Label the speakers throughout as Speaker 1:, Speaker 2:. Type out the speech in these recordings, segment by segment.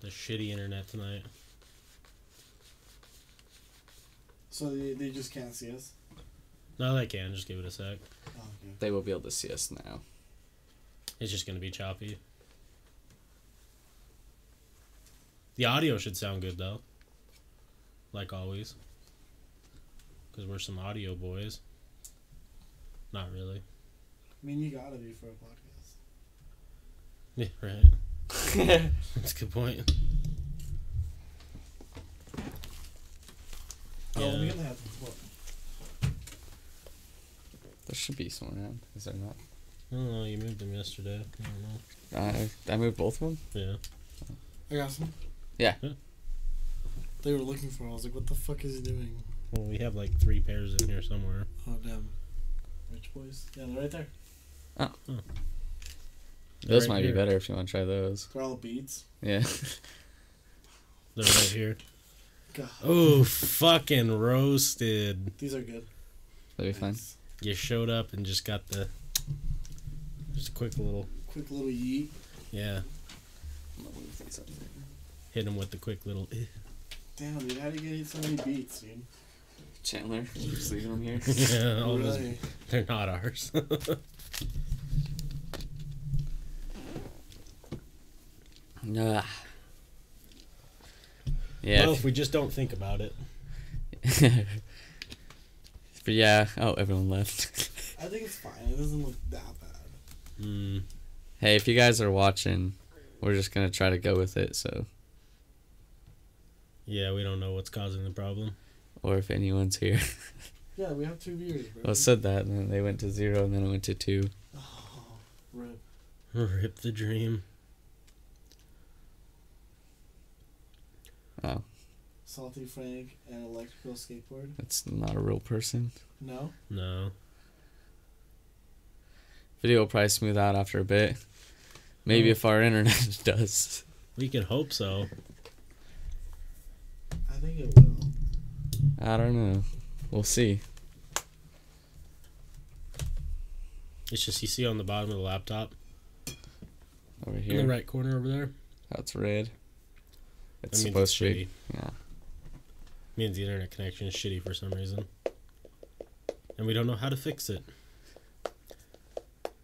Speaker 1: The shitty internet tonight.
Speaker 2: So they, they just can't see us.
Speaker 1: No, they can. Just give it a sec.
Speaker 2: Oh, okay.
Speaker 3: They will be able to see us now.
Speaker 1: It's just gonna be choppy. The audio should sound good though. Like always. Cause we're some audio boys. Not really.
Speaker 2: I mean, you gotta be for a podcast.
Speaker 1: Yeah, right. That's a good point.
Speaker 2: Oh, we're
Speaker 1: Yeah.
Speaker 2: gonna have what?
Speaker 3: There should be someone around. Is there not?
Speaker 1: I don't know. Oh, You moved them yesterday. I don't know.
Speaker 3: I I moved both of them.
Speaker 1: Yeah.
Speaker 2: I got some.
Speaker 3: Yeah.
Speaker 1: Yeah.
Speaker 2: They were looking for. it. I was like, "What the fuck is he doing?"
Speaker 1: Well, we have like three pairs in here somewhere.
Speaker 2: Oh damn. Rich boys. Yeah, they're right there.
Speaker 1: They're
Speaker 3: Those
Speaker 1: right
Speaker 3: might
Speaker 1: here.
Speaker 3: be better if you want to try those.
Speaker 2: They're all beads.
Speaker 3: Yeah.
Speaker 1: They're right here.
Speaker 2: God,
Speaker 1: Oh, fucking roasted.
Speaker 2: these are good.
Speaker 3: That'd be fun.
Speaker 2: Nice.
Speaker 1: You showed up and just got the. Just a quick little.
Speaker 2: Quick little yeet.
Speaker 1: Yeah. Hit him with the quick little. eh.
Speaker 2: Damn, dude, how do you get so many beats, dude?
Speaker 3: Chandler, just leaving them here.
Speaker 1: yeah, all those-
Speaker 2: Really?
Speaker 1: they're not ours.
Speaker 3: Nah. Yeah.
Speaker 1: Well, if we just don't think about it.
Speaker 3: but yeah. Oh, everyone left.
Speaker 2: I think it's fine. It doesn't look that bad.
Speaker 1: Mm,
Speaker 3: hey, if you guys are watching, we're just gonna try to go with it. So,
Speaker 1: yeah, we don't know what's causing the problem.
Speaker 3: or if anyone's here.
Speaker 2: Yeah, we have two viewers, bro.
Speaker 3: well, it said that, and then they went to zero, and then it went to two.
Speaker 2: Oh, rip.
Speaker 1: Rip the dream.
Speaker 3: Oh,
Speaker 2: Salty Frank and electrical skateboard.
Speaker 3: that's not a real person.
Speaker 2: No.
Speaker 1: No.
Speaker 3: Video will probably smooth out after a bit. Maybe
Speaker 1: Mm.
Speaker 3: if our internet does.
Speaker 1: We could hope so.
Speaker 2: I think it will.
Speaker 3: I don't know. We'll see.
Speaker 1: It's just you see on the bottom of the laptop,
Speaker 3: Over
Speaker 1: in
Speaker 3: here.
Speaker 1: the right corner over there.
Speaker 3: That's red. It's
Speaker 1: that means
Speaker 3: supposed to
Speaker 1: shitty.
Speaker 3: be. Yeah.
Speaker 1: Means the internet connection is shitty for some reason. And we don't know how to fix it.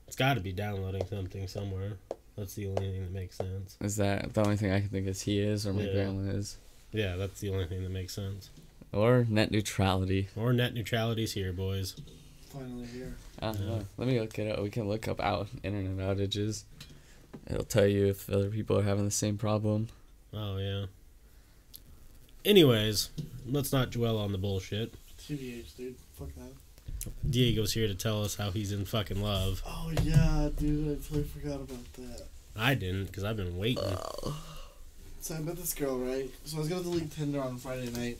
Speaker 1: It's got to be downloading something somewhere. That's the only thing that makes sense.
Speaker 3: Is that the only thing I can think is he is or my
Speaker 1: Yeah.
Speaker 3: grandma is?
Speaker 1: Yeah, that's the only thing that makes sense.
Speaker 3: Or net neutrality.
Speaker 1: Or net neutrality's here, boys.
Speaker 2: Finally here.
Speaker 3: I don't
Speaker 1: Yeah.
Speaker 3: know. Let me look it up. We can look up out internet outages. It'll tell you if other people are having the same problem.
Speaker 1: Oh, yeah. Anyways, let's not dwell on the bullshit.
Speaker 2: TBH, dude. Fuck that.
Speaker 1: Diego's here to tell us how he's in fucking love.
Speaker 2: Oh yeah, dude. I totally forgot about that.
Speaker 1: I didn't, because I've been waiting.
Speaker 2: So I met this girl, right? So I was gonna delete Tinder on Friday night.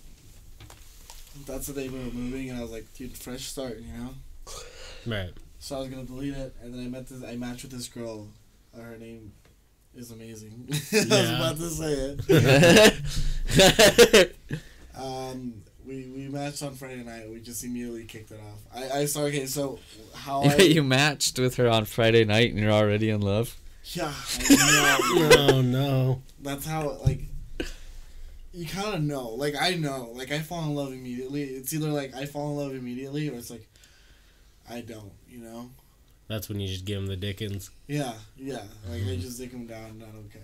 Speaker 2: That's the day we were moving, and I was like, dude, fresh start, you know.
Speaker 1: Right.
Speaker 2: So I was gonna delete it, and then I met this. I matched with this girl. Uh, her name is amazing. I was
Speaker 1: Yeah.
Speaker 2: about to say it. Um, we we matched on Friday night. We just immediately kicked it off. I I saw. Okay, so how I
Speaker 3: you matched with her on Friday night and you're already in love?
Speaker 2: yeah. I know.
Speaker 1: No, no.
Speaker 2: That's how like you kind of know. Like I know. Like I fall in love immediately. It's either like I fall in love immediately or it's like I don't. You know.
Speaker 1: That's when you just give him the dickens.
Speaker 2: Yeah, yeah. Like I just dick them down and I don't care.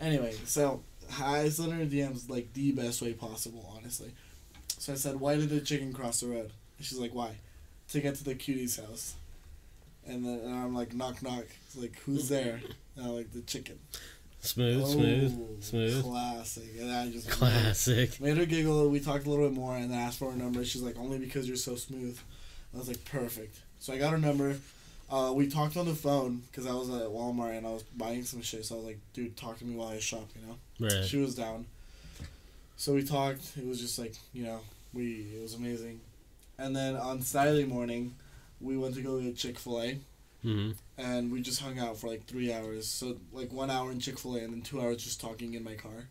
Speaker 2: Anyway, so I sent her DMs like the best way possible, honestly. So I said, "Why did the chicken cross the road?" And she's like, "Why?" To get to the cutie's house. And then and I'm like, knock knock. It's like, who's there? And I'm like, the chicken.
Speaker 1: Smooth,
Speaker 2: Oh,
Speaker 1: smooth, smooth.
Speaker 2: Classic. And I just
Speaker 1: Classic.
Speaker 2: Made her giggle. We talked a little bit more, and then asked for her number. She's like, "Only because you're so smooth." I was like, "Perfect." So I got her number. Uh, we talked on the phone because I was at Walmart and I was buying some shit. So I was like, "Dude, talk to me while I shop," you know.
Speaker 1: Right.
Speaker 2: She was down. So we talked. It was just like you know, we it was amazing. And then on Saturday morning, we went to go to Chick Fil A
Speaker 1: hmm
Speaker 2: and we just hung out for like three hours. So like one hour in Chick Fil A and then two hours just talking in my car.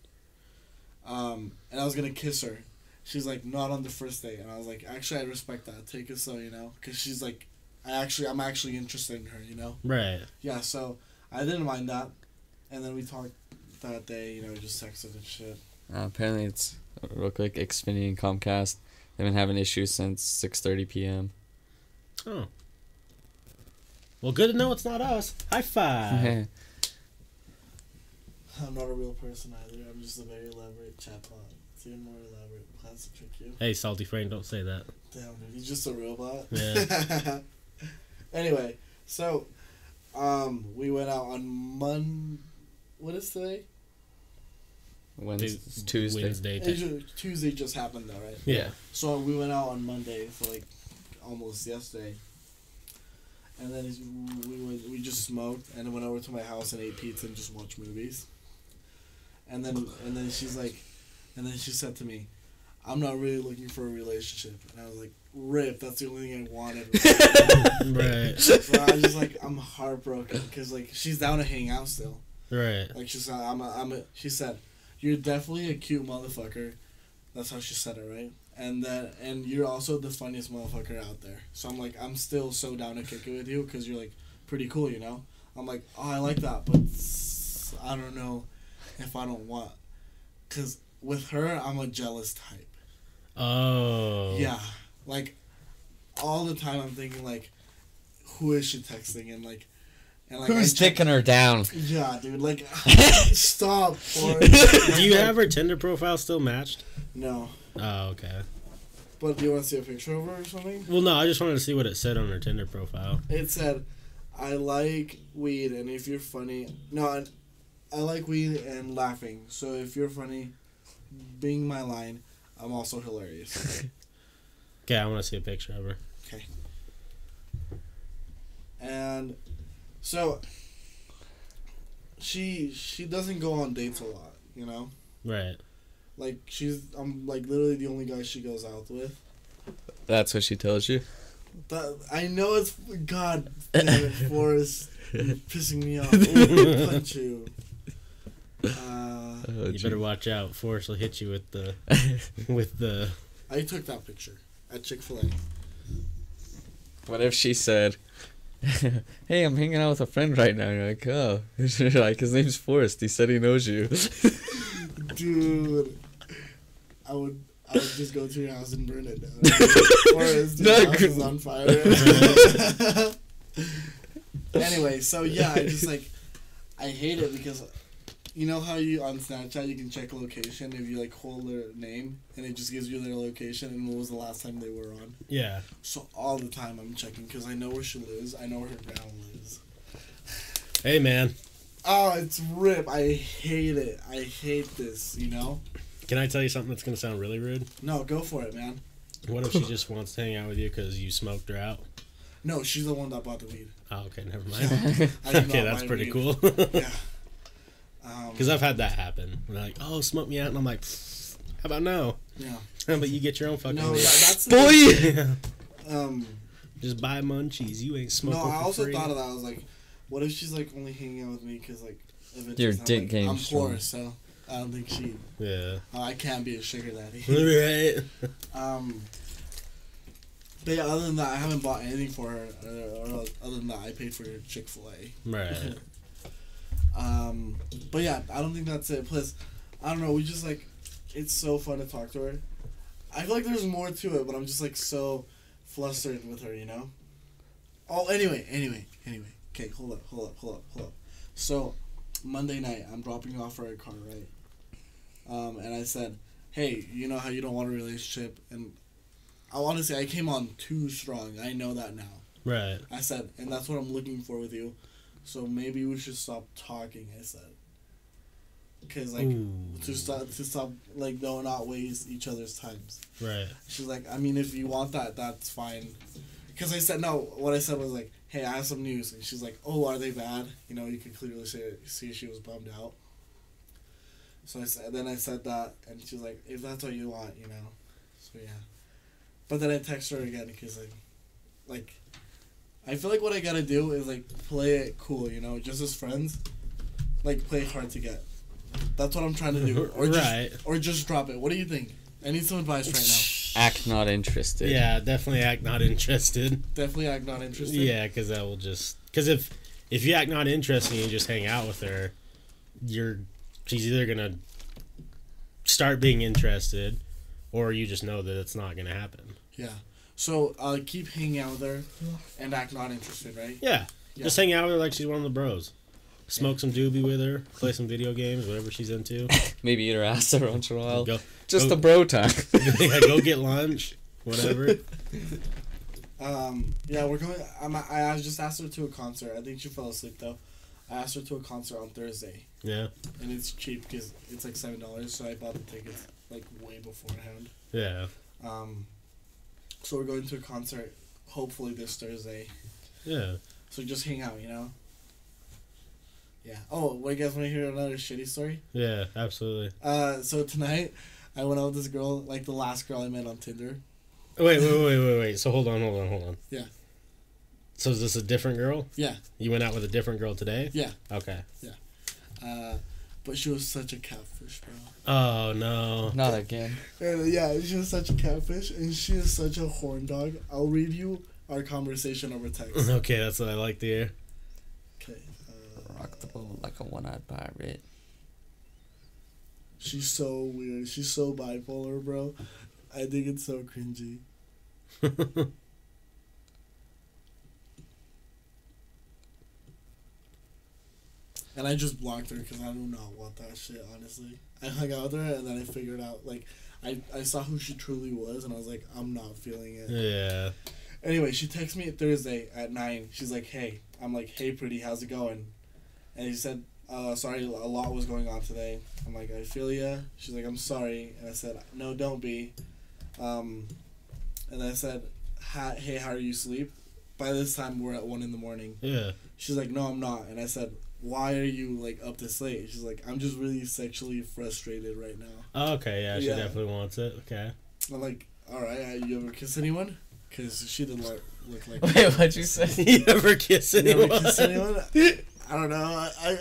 Speaker 2: Um, and I was gonna kiss her. She's like, not on the first date, and I was like, actually, I respect that. Take it so you know, because she's like, I actually, I'm actually interested in her, you know.
Speaker 1: Right.
Speaker 2: Yeah, so I didn't mind that, and then we talked that day, you know, just texted and shit.
Speaker 3: Uh, apparently, it's real quick. Xfinity and Comcast. They've been having issues since six thirty p.m.
Speaker 1: Oh. Well, good to know it's not us. High five.
Speaker 2: I'm not a real person either. I'm just a very elaborate chatbot. It's even more elaborate. Plans to trick you.
Speaker 1: hey, salty friend, don't say that.
Speaker 2: Damn, dude, he's just a robot.
Speaker 1: Yeah.
Speaker 2: anyway, so um, we went out on Mon. What is today?
Speaker 3: Wednesday,
Speaker 1: Dude,
Speaker 3: Tuesday.
Speaker 1: Wednesday.
Speaker 2: It ju- Tuesday just happened though, right?
Speaker 1: Yeah.
Speaker 2: So we went out on Monday for like almost yesterday, and then it's- we went, we just smoked and then went over to my house and ate pizza and just watched movies. And then and then she's like, and then she said to me, "I'm not really looking for a relationship." And I was like, "Rip, that's the only thing I wanted."
Speaker 1: right.
Speaker 2: so I was just like, I'm heartbroken because like she's down to hang out still.
Speaker 1: Right.
Speaker 2: Like she said, I'm a, I'm a, she said, you're definitely a cute motherfucker. That's how she said it, right? And that, and you're also the funniest motherfucker out there. So I'm like, I'm still so down to kick it with you because you're like pretty cool, you know? I'm like, oh, I like that, but s- I don't know if I don't want. Because with her, I'm a jealous type.
Speaker 1: Oh.
Speaker 2: Yeah. Like all the time I'm thinking like who is she texting and like and like I check-
Speaker 3: her down?
Speaker 2: Yeah, dude, like stop or
Speaker 1: Do you have her Tinder profile still matched?
Speaker 2: No.
Speaker 1: Oh, okay.
Speaker 2: But do you want to see a picture of her or something?
Speaker 1: Well, no, I just wanted to see what it said on her Tinder profile.
Speaker 2: It said I like weed and if you're funny no and I like weed and laughing. So if you're funny being my line, I'm also hilarious.
Speaker 1: Okay, I want to see a picture of her.
Speaker 2: and so she she doesn't go on dates a lot, you know?
Speaker 1: Right.
Speaker 2: Like she's, I'm like literally the only guy she goes out with.
Speaker 3: That's what she tells you.
Speaker 2: That I know it's God damn it, Forrest, you're pissing me off. Ooh, punch you. Uh,
Speaker 3: Oh,
Speaker 1: you better watch out. Forrest will hit you with the with the.
Speaker 2: I took that picture at Chick Fil A.
Speaker 3: What if she said, "Hey, I'm hanging out with a friend right now." You're like, "Oh," you're like, "His name's Forrest. He said he knows you."
Speaker 2: Dude, I would, I would just go to your house and burn it down. Forrest, your
Speaker 3: No,
Speaker 2: house
Speaker 3: good-
Speaker 2: is on fire. anyway, so yeah, I just like, I hate it because. You know how you on Snapchat you can check location if you like hold their name and it just gives you their location and what was the last time they were on.
Speaker 1: Yeah.
Speaker 2: So all the time I'm checking because I know where she lives. I know where her ground lives.
Speaker 1: Hey, man.
Speaker 2: Oh, it's rip. I hate it. I hate this. You know?
Speaker 1: Can I tell you something that's gonna sound really rude?
Speaker 2: No, go for it, man.
Speaker 1: What if she just wants to hang out with you because you smoked her out?
Speaker 2: No, she's the one that bought the weed.
Speaker 1: Oh, okay, never mind.
Speaker 2: I did
Speaker 1: okay,
Speaker 2: not
Speaker 1: that's
Speaker 2: buy
Speaker 1: pretty
Speaker 2: weed.
Speaker 1: cool.
Speaker 2: Yeah. Um,
Speaker 1: Because I've had that happen. And they're like, oh, smoke me out. And I'm like, "Pfft, how about no?
Speaker 2: yeah.
Speaker 1: How about you get your own fucking
Speaker 2: No, that,
Speaker 1: weed?
Speaker 2: that's the thing.
Speaker 3: Boy.
Speaker 2: Um,
Speaker 1: Just buy munchies. You ain't
Speaker 2: no,
Speaker 1: smoking.
Speaker 2: I
Speaker 1: for
Speaker 2: also
Speaker 1: free.
Speaker 2: thought of that. I was like, what if she's like only hanging out with me because like, if it's
Speaker 3: Your
Speaker 2: just- I'm
Speaker 3: dick
Speaker 2: like,
Speaker 3: game's
Speaker 2: I'm poor,
Speaker 3: strong.
Speaker 2: so I don't think she.
Speaker 1: Yeah.
Speaker 2: Oh, I can't be a sugar daddy.
Speaker 1: right.
Speaker 2: Um, but yeah, other than that, I haven't bought anything for her. uh, Or other than that, I paid for Chick Fil A.
Speaker 1: Right.
Speaker 2: Um, but yeah, I don't think that's it. Plus, I don't know. We just like, it's so fun to talk to her. I feel like there's more to it, but I'm just like so flustered with her, you know. Oh, anyway, anyway, anyway. Okay, hold up, hold up, hold up, hold up. So, Monday night, I'm dropping off her at car, right? Um, and I said, "Hey, you know how you don't want a relationship?" And I honestly, I came on too strong. I know that now.
Speaker 1: Right.
Speaker 2: I said, and that's what I'm looking for with you. So maybe we should stop talking. I said, because like
Speaker 1: Ooh.
Speaker 2: to stop to stop like though not waste each other's times.
Speaker 1: Right.
Speaker 2: She's like, I mean, if you want that, that's fine. Because I said no. What I said was like, hey, I have some news, and she's like, oh, are they bad? You know, you could clearly see see she was bummed out. So I said, then I said that, and she's like, if that's what you want, you know. So yeah, but then I text her again because like, like, I feel like what I gotta do is like play it cool, you know, just as friends, like play hard to get. That's what I'm trying to do, or just
Speaker 1: right.
Speaker 2: or just drop it. What do you think? I need some advice right now.
Speaker 3: Act not interested.
Speaker 1: Yeah, definitely act not interested.
Speaker 2: Definitely act not interested.
Speaker 1: Yeah, because that will just because if if you act not interested and you just hang out with her, you're she's either gonna start being interested, or you just know that it's not gonna happen.
Speaker 2: Yeah. So uh, keep hanging out with her and act not interested, right?
Speaker 1: Yeah,
Speaker 2: Yeah.
Speaker 1: just hang out with her like she's one of the bros. Smoke some doobie with her, play some video games, whatever she's into.
Speaker 3: Maybe eat her ass every once in a while.
Speaker 1: Go,
Speaker 3: Just
Speaker 1: go-
Speaker 3: the bro time.
Speaker 1: yeah, go get lunch, whatever.
Speaker 2: Um, yeah, we're going. I'm, I I just asked her to a concert. I think she fell asleep though. I asked her to a concert on Thursday,
Speaker 1: Yeah,
Speaker 2: and it's cheap because it's like seven dollars. So I bought the tickets like way beforehand.
Speaker 1: yeah,
Speaker 2: Um, so we're going to a concert hopefully this Thursday.
Speaker 1: yeah.
Speaker 2: So just hang out, you know. Yeah. Oh, wait, you guys want to hear another shitty story?
Speaker 1: Yeah, absolutely.
Speaker 2: Uh, so tonight, I went out with this girl, like the last girl I met on Tinder.
Speaker 1: Wait, wait, wait, wait, wait. So hold on, hold on, hold on.
Speaker 2: Yeah.
Speaker 1: So is this a different girl?
Speaker 2: Yeah.
Speaker 1: You went out with a different girl today?
Speaker 2: Yeah.
Speaker 1: Okay.
Speaker 2: Uh, but she was such a catfish, bro.
Speaker 1: Oh no.
Speaker 3: Not again.
Speaker 2: And, yeah, she was such a catfish, and she is such a horn dog. I'll read you our conversation over text.
Speaker 1: Okay, that's what I like to hear.
Speaker 2: Okay. Uh,
Speaker 3: Rock the boat like a one-eyed pirate.
Speaker 2: she's so weird. She's so bipolar, bro. I think it's so cringy. And I just blocked her because I do not want that shit, honestly. I hung out with her and then I figured out, like, I, I saw who she truly was and I was like, I'm not feeling it.
Speaker 1: yeah.
Speaker 2: Anyway, she texts me Thursday at 9. She's like, hey. I'm like, hey, pretty, how's it going? And he said, uh, sorry, a lot was going on today. I'm like, I feel ya. She's like, I'm sorry. And I said, no, don't be. Um, and I said, "Ha- hey, how are you sleep? By this time, we're at 1 in the morning.
Speaker 1: Yeah.
Speaker 2: She's like, no, I'm not. And I said, why are you like up this late? She's like, I'm just really sexually frustrated right now.
Speaker 1: Oh, Okay, yeah, she
Speaker 2: Yeah.
Speaker 1: definitely wants it. Okay.
Speaker 2: I'm like, all right, uh, you ever kiss anyone? Because she didn't look, look like.
Speaker 3: Wait, what'd you say?
Speaker 1: you ever kiss
Speaker 2: You
Speaker 1: anyone?
Speaker 2: ever kiss anyone? I don't know. I, I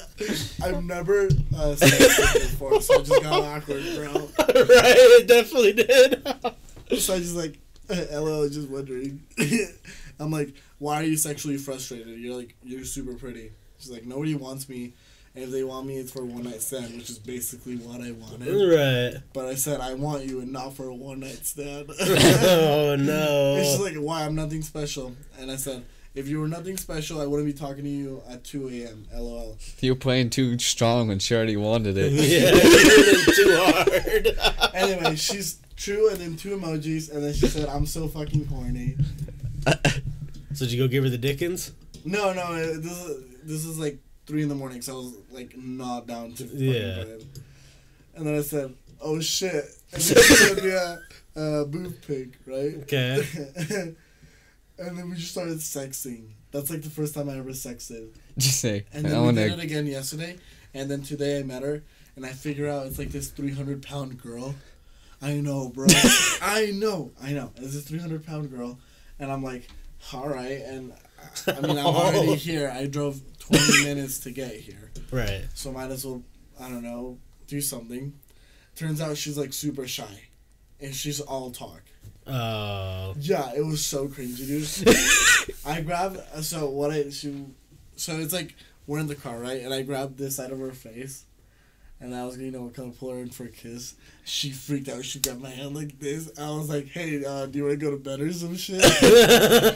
Speaker 2: I've never uh, said this before, so it just got awkward, bro.
Speaker 1: right, it definitely did.
Speaker 2: So I just like, LL, just wondering. I'm like, why are you sexually frustrated? You're like, you're super pretty. She's like, nobody wants me, and if they want me, it's for a one night stand, which is basically what I wanted.
Speaker 1: right.
Speaker 2: But I said I want you and not for a one night stand.
Speaker 1: oh
Speaker 2: And
Speaker 1: no.
Speaker 2: she's like, why? I'm nothing special. And I said, if you were nothing special, I wouldn't be talking to you at 2 a.m. LOL.
Speaker 3: You're playing too strong when she already wanted it.
Speaker 1: yeah, too hard.
Speaker 2: Anyway, she's true and then two emojis, and then she said, I'm so fucking horny.
Speaker 1: So did you go give her the Dickens?
Speaker 2: No, no, uh, this is, this is like 3 in the morning, so I was like not down to fucking
Speaker 1: Yeah.
Speaker 2: bed. And then I said, oh shit. And then she said, yeah, uh, boob pic, right?
Speaker 1: Okay.
Speaker 2: and then we just started sexting. That's like the first time I ever sexted.
Speaker 3: Just say,
Speaker 2: And
Speaker 3: I
Speaker 2: then we
Speaker 3: want
Speaker 2: did
Speaker 3: to.
Speaker 2: it again yesterday, and then today I met her, and I figure out it's like this three hundred pound girl. I know, bro. I know, I know. It's this three hundred pound girl, and I'm like, all right. And I- I mean, I'm already here. I drove twenty minutes to get here,
Speaker 1: Right.
Speaker 2: so might as well, I don't know, do something. Turns out she's like super shy, and she's all talk.
Speaker 1: Oh.
Speaker 2: Yeah, it was so cringy, dude. I grabbed so what I she, so it's like we're in the car, right? And I grabbed this side of her face, and I was you know kind of pull her in for a kiss. She freaked out. She grabbed my hand like this. I was like, "Hey, uh, do you want to go to bed or some shit?"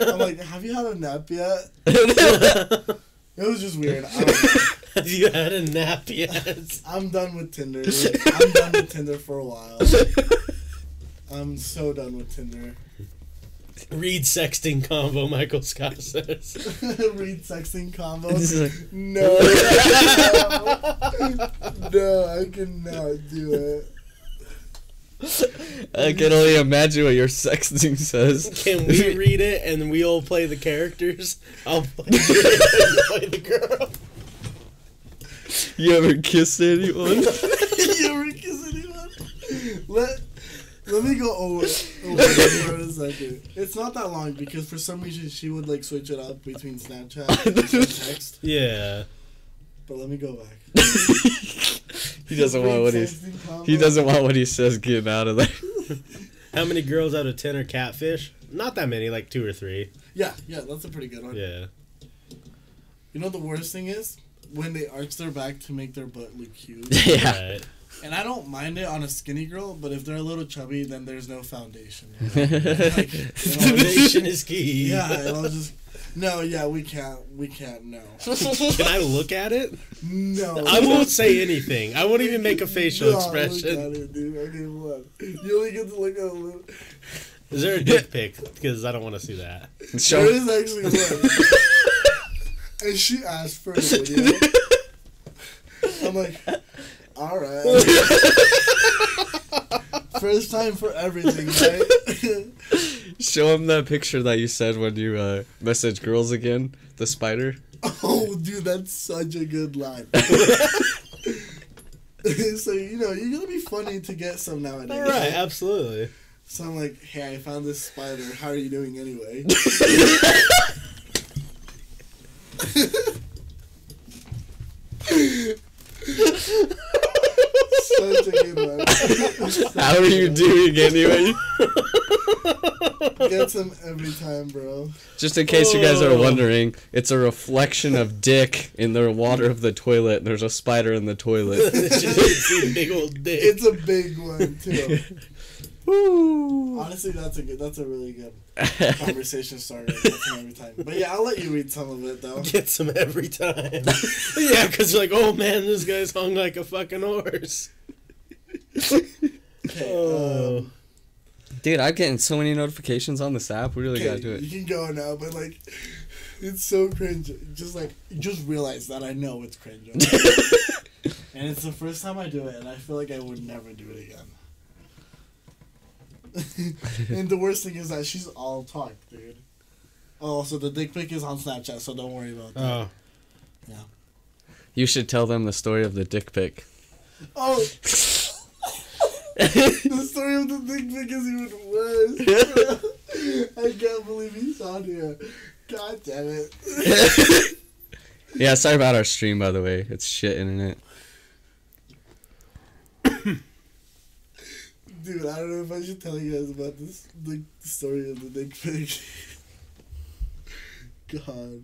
Speaker 2: I'm like, "Have you had a nap yet?" It was just weird. I don't know.
Speaker 1: Have you had a nap yet?
Speaker 2: I'm done with Tinder. dude. I'm done with Tinder for a while. I'm so done with Tinder.
Speaker 1: Read sexting combo, Michael Scott says.
Speaker 2: Read sexting combo.
Speaker 3: This is like-
Speaker 2: No. no, I cannot do it.
Speaker 3: I can only imagine what your sexting says.
Speaker 1: Can we read it and we'll play the characters? I'll play the, play the girl.
Speaker 3: you ever kissed anyone?
Speaker 2: you ever kiss anyone? Let Let me go over, over this for a second. It's not that long because for some reason she would like switch it up between Snapchat and text.
Speaker 1: Yeah.
Speaker 2: But let me go back.
Speaker 3: he doesn't want what he's.
Speaker 2: Sexting combo.
Speaker 3: He doesn't want what he says getting out of there.
Speaker 1: How many girls out of ten are catfish? Not that many, like two or three.
Speaker 2: Yeah, yeah, that's a pretty good one.
Speaker 1: Yeah.
Speaker 2: You know the worst thing is, when they arch their back to make their butt look huge.
Speaker 3: yeah.
Speaker 1: Right.
Speaker 2: and I don't mind it on a skinny girl, but if they're a little chubby, then there's no foundation.
Speaker 1: Foundation is key.
Speaker 2: yeah, and I'll just. No, yeah, we can't. We can't. No,
Speaker 1: Can I look at it?
Speaker 2: no.
Speaker 1: I won't say anything. I won't even make a facial
Speaker 2: No,
Speaker 1: expression.
Speaker 2: Look at it, dude. I need one. You only get to look at a little.
Speaker 1: Is there a dick pic? Because I don't want to see that.
Speaker 3: Show
Speaker 2: There is actually one. and she asked for it. Video. I'm like, all right. First time for everything, right?
Speaker 3: show him that picture that you said when you uh, message girls again. The spider.
Speaker 2: oh, dude, that's such a good line. so you know you're gonna be funny to get some nowadays.
Speaker 1: All right, absolutely.
Speaker 2: So I'm like, hey, I found this spider. How are you doing anyway? Such a good one.
Speaker 3: How are you doing anyway?
Speaker 2: Gets him every time, bro.
Speaker 3: Just in case you guys are
Speaker 1: Oh.
Speaker 3: wondering, it's a reflection of dick in the water of the toilet. And there's a spider in the toilet.
Speaker 1: See big old dick.
Speaker 2: It's a big one too.
Speaker 3: Woo.
Speaker 2: Honestly, that's a good. That's a really good conversation starter. Gets him every time. But yeah, I'll let you read some of it though.
Speaker 1: Gets him every time. yeah, because like, oh man, this guy's hung like a fucking horse.
Speaker 2: Okay,
Speaker 1: Oh.
Speaker 2: um,
Speaker 3: Dude, I'm getting so many notifications on this app. We really gotta
Speaker 2: okay,
Speaker 3: do
Speaker 2: you
Speaker 3: it.
Speaker 2: can go now, but like, it's so cringe. Just like, just realize that I know it's cringe. and it's the first time I do it, and I feel like I would never do it again. and the worst thing is that she's all talk, dude. Oh, so the dick pic is on Snapchat, so don't worry about that.
Speaker 1: Oh,
Speaker 3: You should tell them the story of the dick pic.
Speaker 2: oh, the story of the dick pic is even worse. I can't believe he's on here. God damn it.
Speaker 3: yeah, sorry about our stream, by the way. It's shit internet.
Speaker 2: Dude, I don't know if I should tell you guys about this the story of the dick pic. God.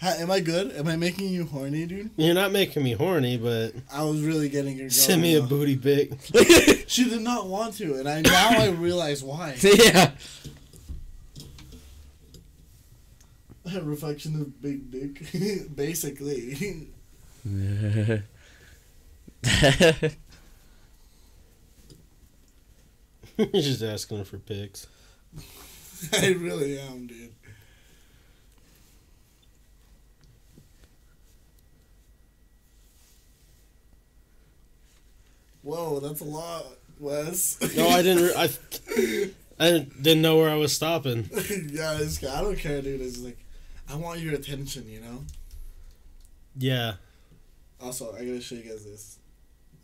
Speaker 2: Hi, am I good? Am I making you horny, dude?
Speaker 1: you're not making me horny, but
Speaker 2: I was really getting her going.
Speaker 1: send me a
Speaker 2: though.
Speaker 1: booty pic.
Speaker 2: She did not want to, and I now I realize why.
Speaker 3: yeah.
Speaker 2: A reflection of big dick, basically.
Speaker 1: you're just asking for pics.
Speaker 2: I really am, dude. Whoa, that's a lot, Wes.
Speaker 1: No, I didn't. Re- I, I didn't know where I was stopping.
Speaker 2: yeah, it's, I don't care, dude. It's like, I want your attention, you know?
Speaker 1: Yeah,
Speaker 2: Also, I gotta show you guys this.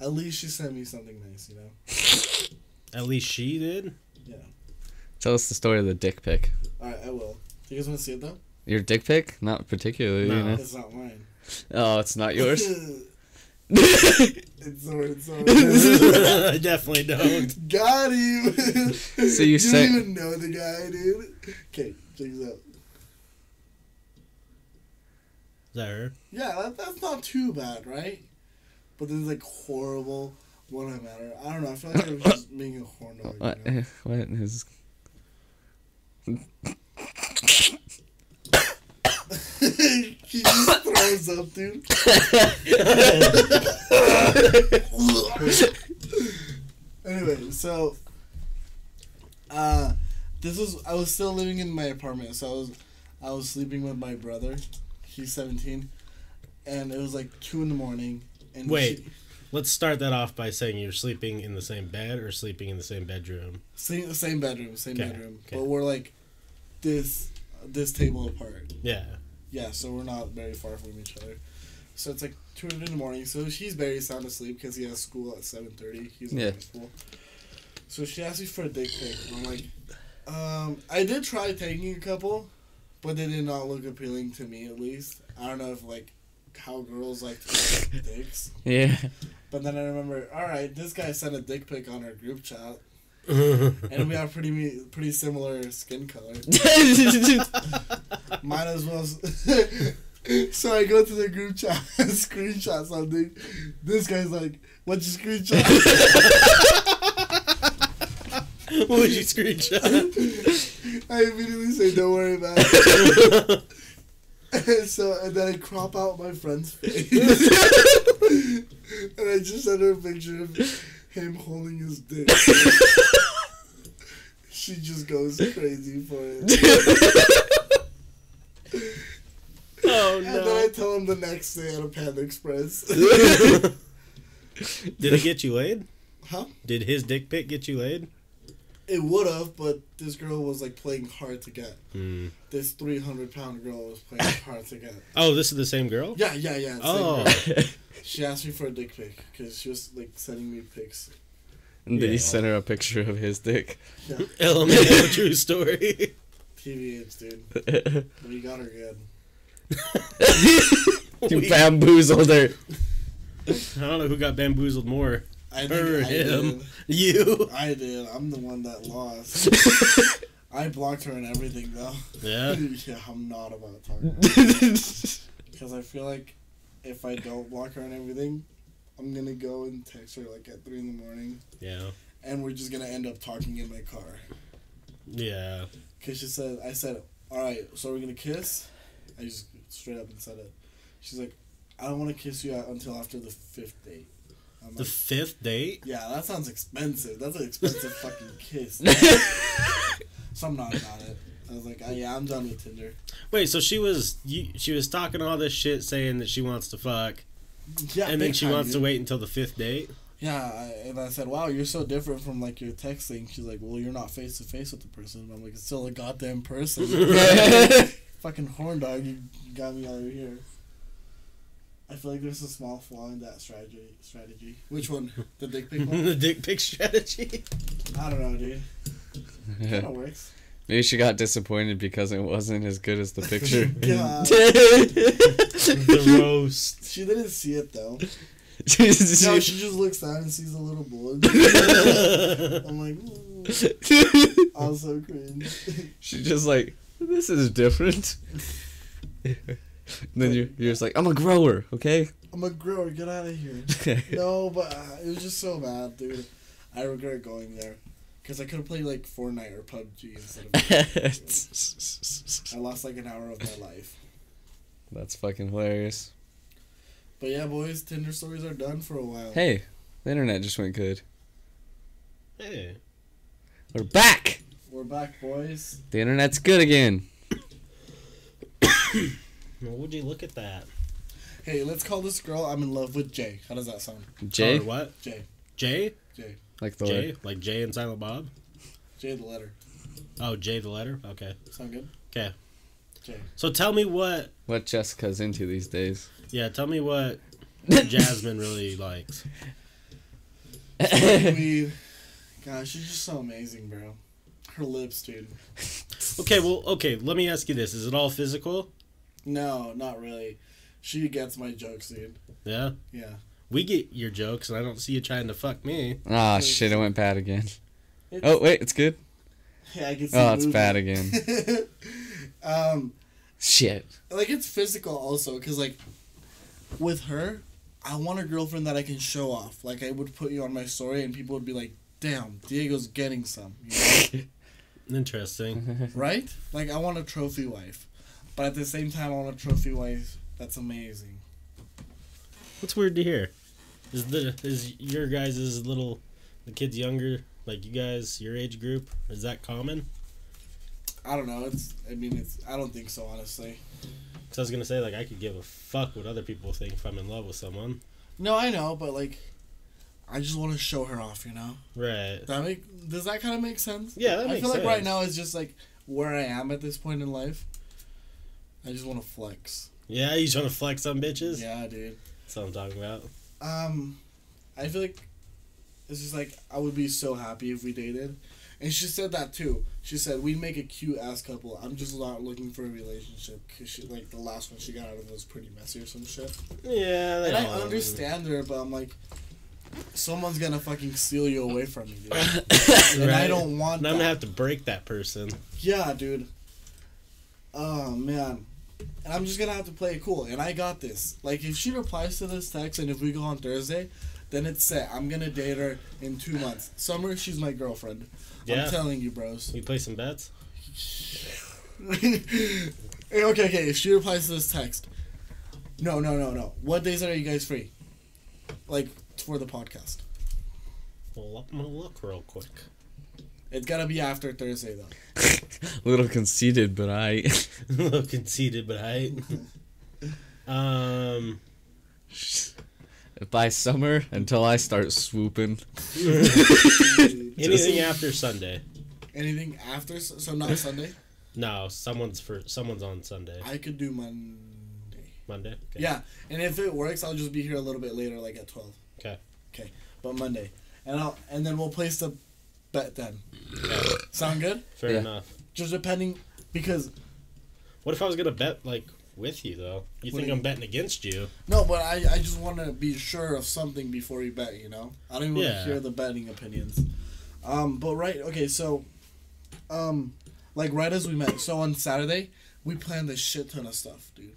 Speaker 2: At least she sent me something nice, you know?
Speaker 1: at least she did.
Speaker 3: tell us the story of the dick pic.
Speaker 2: Alright, I will. Do you guys wanna see it though?
Speaker 3: Your dick pic? Not particularly.
Speaker 1: No.
Speaker 3: You know?
Speaker 2: It's not mine.
Speaker 3: Oh, it's not yours.
Speaker 2: it's not it's not
Speaker 1: I definitely don't.
Speaker 2: Got him!
Speaker 3: So you
Speaker 2: don't
Speaker 3: sent-
Speaker 2: even know the guy, dude. Okay, check this out.
Speaker 1: Is that her?
Speaker 2: Yeah, that, that's not too bad, right? But there's like horrible one I matter. I don't know. I feel like I was just being a horn dog.
Speaker 3: what?
Speaker 2: You know?
Speaker 3: What is?
Speaker 2: he just throws up, dude. anyway, so uh, this was I was still living in my apartment, so I was I was sleeping with my brother. He's seventeen, and it was like two in the morning. And
Speaker 1: Wait.
Speaker 2: she-
Speaker 1: Let's start that off by saying you're sleeping in the same bed or sleeping in the same bedroom.
Speaker 2: same same bedroom, same
Speaker 1: Okay,
Speaker 2: bedroom,
Speaker 1: okay.
Speaker 2: but we're like this this table apart.
Speaker 1: Yeah.
Speaker 2: Yeah, so we're not very far from each other. So it's like two in the morning. So she's very sound asleep because he has school at seven thirty. He's in
Speaker 3: Yeah.
Speaker 2: high school. So she asked me for a dick pic. and I'm like, um, I did try taking a couple, but they did not look appealing to me at least. I don't know if like how girls like to take dicks.
Speaker 3: Yeah.
Speaker 2: But then I remember, all right, this guy sent a dick pic on our group chat, and we
Speaker 1: and
Speaker 2: have pretty me- pretty similar skin color. Might as well. s- So I go to the group chat and screenshot something. This guy's like, "What's your screenshot?"
Speaker 1: what would you screenshot?
Speaker 2: I immediately say, "Don't worry about it." And so and then I crop out my friend's face, and I just sent her a picture of him holding his dick. she just goes crazy for it.
Speaker 1: oh
Speaker 2: And then I tell him the next day at a Panda Express.
Speaker 1: Did it get you laid?
Speaker 2: huh?
Speaker 1: Did his dick pic get you laid?
Speaker 2: It would have, but this girl was like playing hard to get.
Speaker 1: Hmm.
Speaker 2: This 300 pound girl was playing hard to get.
Speaker 1: Oh, this is the same girl.
Speaker 2: Yeah, yeah, yeah. it's like
Speaker 1: Oh.
Speaker 2: her. She asked me for a dick pic because she was like sending me pics.
Speaker 3: And then
Speaker 1: Yeah.
Speaker 3: he sent her a picture of his dick.
Speaker 1: LMAO true story.
Speaker 2: TVH, dude.
Speaker 3: you
Speaker 2: We got her good.
Speaker 1: We- I
Speaker 3: bamboozled her.
Speaker 1: don't know who got bamboozled more.
Speaker 2: I think
Speaker 1: Her,
Speaker 2: I
Speaker 1: him.
Speaker 2: did.
Speaker 1: You.
Speaker 2: I did. I'm the one that lost. I blocked her and everything, though.
Speaker 1: Yeah.
Speaker 2: yeah, I'm not about talking. Because I feel like if I don't block her and everything, I'm going to go and text her like at 3 in the morning.
Speaker 1: Yeah.
Speaker 2: And we're just going to end up talking in my car.
Speaker 1: Yeah.
Speaker 2: Because she said, I said, all right, so we're going to kiss? I just straight up and said it. She's like, I don't want to kiss you out until after the fifth date. I'm
Speaker 1: The
Speaker 2: like,
Speaker 1: fifth date.
Speaker 2: yeah, that sounds expensive. That's an expensive fucking kiss. So I'm not about it. I was like, oh, yeah, I'm done with Tinder.
Speaker 1: Wait. So she was you, she was talking all this shit, saying that she wants to fuck,
Speaker 2: Yeah,
Speaker 1: and then she wants
Speaker 2: to
Speaker 1: to wait until the fifth date.
Speaker 2: Yeah, I, and I said, "Wow, you're so different from like your texting." She's like, "Well, you're not face to face with the person." I'm like, "It's still a goddamn person." Fucking horn dog, you got me over here. I feel like there's a small flaw in that strategy. Strategy. Which one? The dick pic one?
Speaker 1: the dick pic strategy.
Speaker 2: I don't know, dude. Kind of works.
Speaker 3: Maybe she got disappointed because it wasn't as good as the picture.
Speaker 2: God.
Speaker 1: the roast.
Speaker 2: She didn't see it though. No, she
Speaker 3: Jesus.
Speaker 2: just looks down and sees a little bullet. I'm like, "Ooh." also cringe.
Speaker 3: She's just like, this is different. And then you, you're just like, I'm a grower, okay?
Speaker 2: I'm a grower. Get out of here. No, but uh, it was just so bad, dude. I regret going there because I could have played like Fortnite or PUBG instead of. I lost like an hour of my life.
Speaker 3: That's fucking hilarious.
Speaker 2: But yeah, boys, Tinder stories are done for a while.
Speaker 3: Hey, the internet just went good.
Speaker 1: Hey.
Speaker 3: We're back!
Speaker 2: We're back, boys.
Speaker 3: The internet's good again.
Speaker 1: Well, would you look at that?
Speaker 2: Hey, let's call this girl I'm in love with Jay. How does that sound?
Speaker 3: Jay?
Speaker 1: Or what?
Speaker 2: Jay.
Speaker 1: Jay?
Speaker 3: Like the
Speaker 1: Oh, Jay? Like Jay and Silent Bob?
Speaker 2: Jay the letter.
Speaker 1: Oh, Jay the letter? Okay.
Speaker 2: Sound good?
Speaker 1: So tell me what.
Speaker 3: what Jessica's into these days.
Speaker 1: Yeah, tell me what Jasmine really likes.
Speaker 3: Ah,
Speaker 2: Smoking weed. Gosh, she's just so amazing, bro. Her lips, dude.
Speaker 1: Okay, well, okay, let me ask you this. Is it all physical?
Speaker 2: No, not really. She gets my jokes, dude.
Speaker 1: Yeah?
Speaker 2: Yeah.
Speaker 1: We get your jokes, and I don't see you trying to fuck me.
Speaker 3: Ah, shit, it went bad again.
Speaker 2: It's-
Speaker 3: Oh, wait, it's good?
Speaker 2: Yeah, I can see
Speaker 3: Oh, it's
Speaker 2: movement.
Speaker 3: bad again.
Speaker 2: um,
Speaker 3: Shit.
Speaker 2: like it's physical also because like with her i want a girlfriend that i can show off like i would put you on my story and people would be like damn diego's getting some you know?
Speaker 1: Interesting.
Speaker 2: Mm-hmm. right like i want a trophy wife but at the same time i want a trophy wife that's amazing
Speaker 1: What's weird to hear? Is the is your guys' little the kids younger like you guys your age group is that common?
Speaker 2: i don't know it's i mean it's i don't think so honestly
Speaker 1: Cause I was gonna say like I could give a fuck what other people think if I'm in love with someone.
Speaker 2: no i know but like i just want to show her off you know
Speaker 1: Right.
Speaker 2: Does that make does that kind of make sense
Speaker 1: Yeah, that
Speaker 2: i
Speaker 1: makes
Speaker 2: feel like
Speaker 1: sense.
Speaker 2: right now it's just like where i am at this point in life i just want to flex
Speaker 1: Yeah, you trying to flex on bitches?
Speaker 2: yeah dude
Speaker 1: That's what I'm talking about.
Speaker 2: Um, I feel like it's just like I would be so happy if we dated, and she said that too. She said we'd make a cute ass couple. I'm just not looking for a relationship because she like the last one she got out of was pretty messy or some shit.
Speaker 1: Yeah, they
Speaker 2: And I
Speaker 1: all are.
Speaker 2: understand her, but I'm like, someone's gonna fucking steal you away from me, dude. and I
Speaker 1: Right.
Speaker 2: don't want
Speaker 1: And I'm
Speaker 2: that.
Speaker 1: gonna have to break that person.
Speaker 2: yeah, dude. Oh man, and I'm just gonna have to play it cool. And I got this. Like if she replies to this text, and if we go on Thursday, then it's set. I'm gonna date her in two months. Summer, she's my girlfriend.
Speaker 1: Yeah.
Speaker 2: I'm telling you, bros.
Speaker 1: We play some bets.
Speaker 2: okay, okay. If she replies to this text, no, no, no, no. What days are you guys free? Like for the podcast.
Speaker 1: Well, I'm gonna look real quick.
Speaker 2: It's gotta be after Thursday though.
Speaker 3: little conceited, but I.
Speaker 1: a little conceited, but I. um.
Speaker 3: By summer, until I start swooping.
Speaker 1: Anything after Sunday?
Speaker 2: Anything after so so not Sunday?
Speaker 1: No, someone's for someone's on Sunday.
Speaker 2: I could do Monday.
Speaker 1: Monday. Okay.
Speaker 2: Yeah, and if it works, I'll just be here a little bit later, like at twelve.
Speaker 1: Okay.
Speaker 2: Okay, but Monday, and I'll and then we'll place the bet then. Sound good?
Speaker 1: Fair
Speaker 3: Yeah.
Speaker 1: enough.
Speaker 2: Just depending, because
Speaker 1: What if I was gonna bet like with you though? You think
Speaker 2: What do you-
Speaker 1: I'm betting against you?
Speaker 2: no, but I I just want to be sure of something before we bet. You know, I don't even want
Speaker 1: Yeah.
Speaker 2: to hear the betting opinions. Um, but right, okay, so, um, like right as we met, so on Saturday we planned a shit ton of stuff, dude.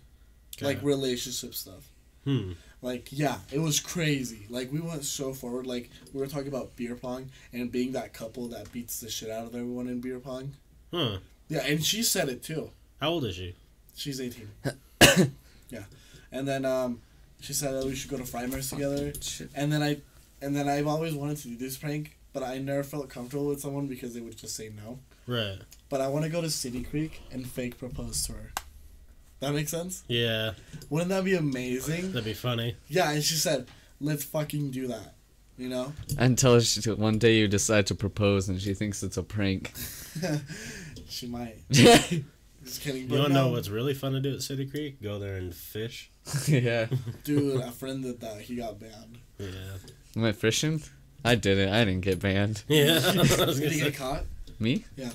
Speaker 2: Like
Speaker 1: Okay.
Speaker 2: relationship stuff.
Speaker 1: Hmm.
Speaker 2: Like yeah, it was crazy. Like we went so forward. Like we were talking about beer pong and being that couple that beats the shit out of everyone in beer pong.
Speaker 1: Huh.
Speaker 2: Yeah, and she said it too.
Speaker 1: How old is she?
Speaker 2: She's eighteen. yeah, and then um, she said that we should go to Frymer's together. And then I, and then I've always wanted to do this prank, but I never felt comfortable with someone because they would just say no.
Speaker 1: Right.
Speaker 2: But I want to go to City Creek and fake propose to her. That makes sense.
Speaker 1: Yeah.
Speaker 2: Wouldn't that be amazing?
Speaker 1: That'd be funny.
Speaker 2: Yeah, and she said, "Let's fucking do that." You know.
Speaker 3: Until she, one day you decide to propose and she thinks it's a prank.
Speaker 2: she might.
Speaker 3: yeah.
Speaker 2: Just kidding.
Speaker 1: You
Speaker 2: But
Speaker 1: wanna
Speaker 2: no,
Speaker 1: know what's really fun to do at City Creek? Go there and fish.
Speaker 2: dude? A friend did that. He got banned.
Speaker 1: Yeah.
Speaker 3: Am I fishing? I did it. I didn't get banned.
Speaker 1: Yeah. I was gonna
Speaker 2: Did he
Speaker 1: say-
Speaker 2: get caught?
Speaker 3: Me?
Speaker 2: Yeah.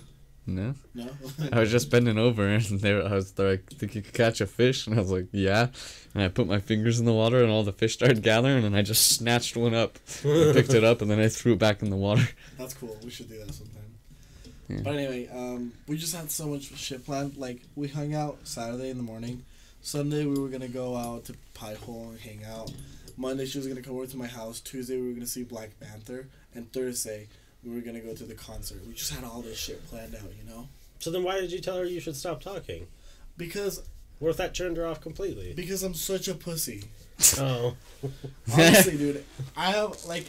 Speaker 3: No.
Speaker 2: No.
Speaker 3: I was just bending over and they were, I was like, think you could catch a fish? And I was like, yeah. And I put my fingers in the water and all the fish started gathering and I just snatched one up. I picked it up and then I threw it back in the water.
Speaker 2: That's cool. We should do that sometime.
Speaker 3: Yeah.
Speaker 2: But anyway, um, we just had so much shit planned. Like we hung out Saturday in the morning. Sunday we were gonna go out to Pie Hole and hang out. Monday she was gonna come over to my house. Tuesday we were gonna see Black Panther, and Thursday we were gonna go to the concert. We just had all this shit planned out, you know.
Speaker 1: so then, why did you tell her you should stop talking?
Speaker 2: Because
Speaker 1: What if that turned her off completely?
Speaker 2: because I'm such a pussy.
Speaker 1: oh.
Speaker 2: Honestly, dude, I have like,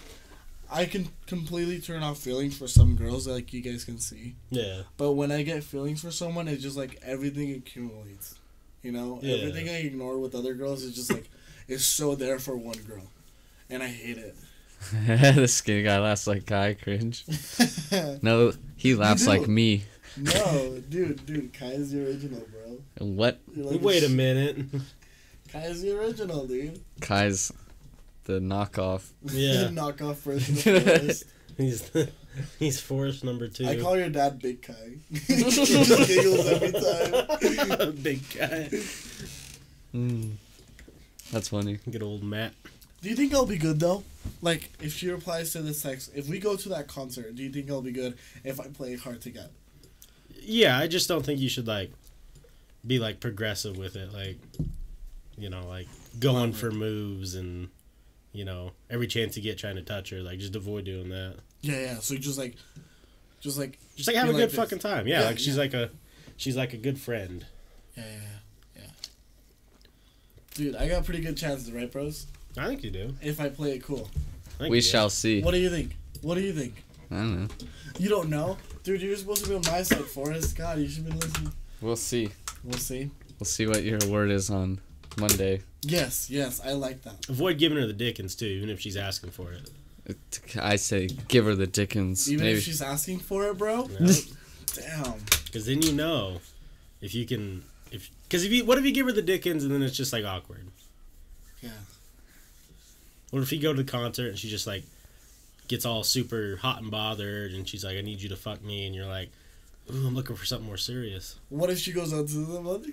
Speaker 2: I can completely turn off feelings for some girls that like you guys can see.
Speaker 1: Yeah.
Speaker 2: But when I get feelings for someone, it's just like everything accumulates. You know,
Speaker 1: Yeah.
Speaker 2: everything I ignore with other girls is just like it's so there for one girl, and I hate it.
Speaker 3: the skinny guy laughs like Kai cringe. No, he laughs
Speaker 2: do.
Speaker 3: like me.
Speaker 2: no, dude, dude, Kai is the original, bro.
Speaker 3: What?
Speaker 2: You're like
Speaker 1: Wait a
Speaker 2: s-
Speaker 1: minute.
Speaker 2: Kai is the original, dude.
Speaker 3: Kai's the knockoff.
Speaker 1: Yeah.
Speaker 2: knockoff version of Forrest.
Speaker 1: He's he's forest number two.
Speaker 2: I call your dad Big Kai. he just giggles every time.
Speaker 1: Big guy.
Speaker 3: Mm. That's funny.
Speaker 1: Good old Matt.
Speaker 2: Do you think I'll be good though? Like, if she replies to this text, if we go to that concert, do you think I'll be good if I play hard to get?
Speaker 1: Yeah, I just don't think you should like be like progressive with it, like you know, like going for moves and you know every chance you get trying to touch her, like just avoid doing that.
Speaker 2: Yeah, yeah. So just like, just like,
Speaker 1: Just like have
Speaker 2: Be
Speaker 1: a
Speaker 2: like
Speaker 1: good
Speaker 2: this.
Speaker 1: fucking time. Yeah,
Speaker 2: Yeah,
Speaker 1: like she's
Speaker 2: yeah.
Speaker 1: like a she's like a good friend.
Speaker 2: yeah, yeah, yeah, yeah. Dude, I got pretty good chances, right, bros?
Speaker 1: I think you do.
Speaker 2: If I play it cool.
Speaker 1: I think
Speaker 3: We
Speaker 1: you do.
Speaker 3: shall see.
Speaker 2: What do you think? What do you think?
Speaker 3: I don't know.
Speaker 2: You don't know, dude. You're supposed to be on my side, Forrest. God, you should be listening.
Speaker 3: We'll see.
Speaker 2: We'll see.
Speaker 3: We'll see what your word is on Monday.
Speaker 2: Yes, yes, I like that.
Speaker 1: avoid giving her the dickens too, even if she's asking for it.
Speaker 3: It- I say give her the Dickens.
Speaker 2: Even
Speaker 3: Maybe.
Speaker 2: if she's asking for it, bro. Damn.
Speaker 1: Because then you know if you can if because if you what if you give her the dickens and then it's just like awkward.
Speaker 2: Yeah.
Speaker 1: What if you go to the concert and she just like gets all super hot and bothered and she's like, I need you to fuck me and you're like, Ooh, I'm looking for something more serious.
Speaker 2: What if she goes out to the mother?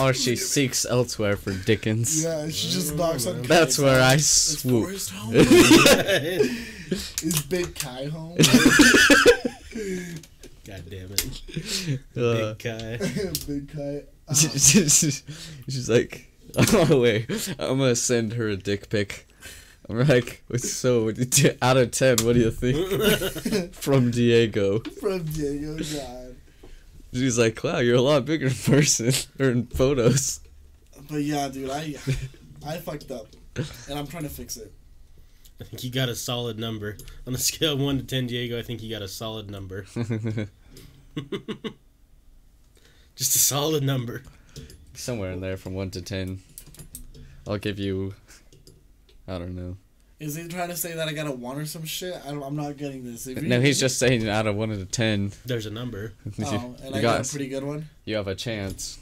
Speaker 3: or she seeks elsewhere for Dickens.
Speaker 2: Yeah, she just knocks on.
Speaker 3: That's
Speaker 2: Kai's
Speaker 3: where I
Speaker 2: house. Is
Speaker 3: swoop.
Speaker 2: Forrest home?
Speaker 1: yeah,
Speaker 2: Is Big Kai home?
Speaker 1: God damn it.
Speaker 3: Uh,
Speaker 1: Big guy.
Speaker 2: Big kite. Uh,
Speaker 3: she's like, oh wait, I'm gonna send her a dick pic. I'm like, so out of ten, what do you think?
Speaker 2: uh.
Speaker 3: From Diego,
Speaker 2: from Diego God.
Speaker 3: she's like, wow, you're a lot bigger in person or in photos.
Speaker 2: But yeah, dude, I I fucked up, and I'm trying to fix it.
Speaker 1: I think he got a solid number. On a scale of 1 to 10, Diego, I think he got a solid number. Just a solid number.
Speaker 3: Somewhere in there, from one to ten, I'll give you. I don't know.
Speaker 2: Is he trying to say that I got a one or some shit? I don't, I'm not getting this. If
Speaker 3: No, he's just saying out of one to ten,
Speaker 1: There's a number.
Speaker 2: Oh, and
Speaker 3: you,
Speaker 2: I got
Speaker 3: got,
Speaker 2: a pretty good one.
Speaker 3: you have a chance.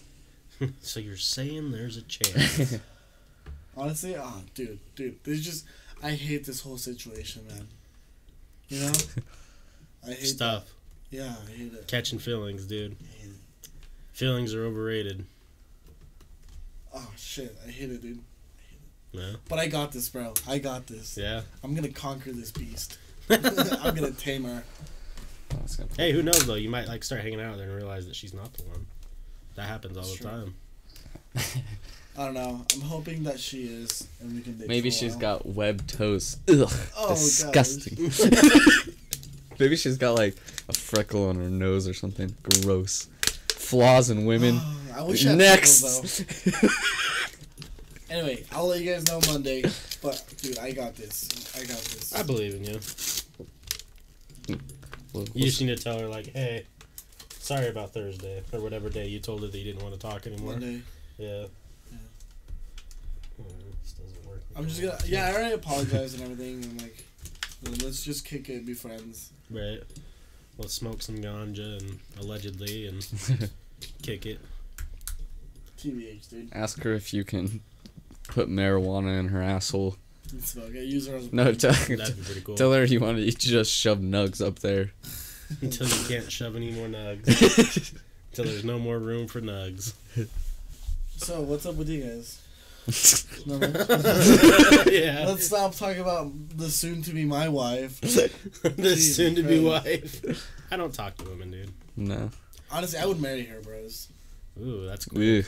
Speaker 1: So you're saying there's a chance.
Speaker 2: Honestly, oh, dude, dude, this just I hate this whole situation, man. You know, I hate.
Speaker 1: Stuff.
Speaker 2: Yeah, I hate it.
Speaker 1: Catching feelings, dude.
Speaker 2: I hate it.
Speaker 1: Feelings are overrated.
Speaker 2: Oh shit, I hate it, dude.
Speaker 1: No?
Speaker 2: But I got this, bro. I got this.
Speaker 1: Yeah.
Speaker 2: I'm gonna conquer this beast. I'm gonna tame her.
Speaker 3: Oh, it's gonna-
Speaker 1: Hey, who knows though? You might like start hanging out with her and realize that she's not the one. That happens all
Speaker 2: That's
Speaker 1: the
Speaker 2: true.
Speaker 1: time.
Speaker 2: I don't know. I'm hoping that she is, and we can date.
Speaker 3: Maybe
Speaker 2: for a
Speaker 3: she's
Speaker 2: while.
Speaker 3: got webbed toes. Ugh,
Speaker 2: Oh,
Speaker 3: disgusting. Maybe she's got like a freckle on her nose or something. Gross. Flaws in women.
Speaker 2: I wish I had pickles,
Speaker 3: Next.
Speaker 2: though. Anyway, I'll let you guys know Monday. But dude, I got this. I got this.
Speaker 1: I believe in you.
Speaker 3: Well,
Speaker 1: You just need to tell her like, hey, sorry about Thursday or whatever day you told her that you didn't want to talk anymore.
Speaker 2: Monday.
Speaker 1: Yeah.
Speaker 2: Yeah.
Speaker 1: Mm, this doesn't work.
Speaker 2: I'm just gonna. Yeah, I already apologized and everything. And like, well, let's just kick it, be friends.
Speaker 1: Right. Let's smoke some ganja and allegedly and kick it.
Speaker 2: TBH, dude.
Speaker 3: ask her if you can put marijuana in her asshole.
Speaker 2: Let's smoke it. Use her as a
Speaker 3: No, tell,
Speaker 1: That'd be pretty cool.
Speaker 3: tell her you want to just shove nugs up there.
Speaker 1: Until you can't shove any more nugs. Until there's no more room for nugs.
Speaker 2: So what's up with you guys? No,
Speaker 1: yeah.
Speaker 2: let's stop talking about the soon-to-be my wife.
Speaker 1: the
Speaker 2: Jesus
Speaker 1: soon to be
Speaker 2: Christ.
Speaker 1: wife. I don't talk to women, dude.
Speaker 3: no.
Speaker 2: Honestly, I would marry her, bros.
Speaker 1: Ooh, that's cool.
Speaker 3: Ugh.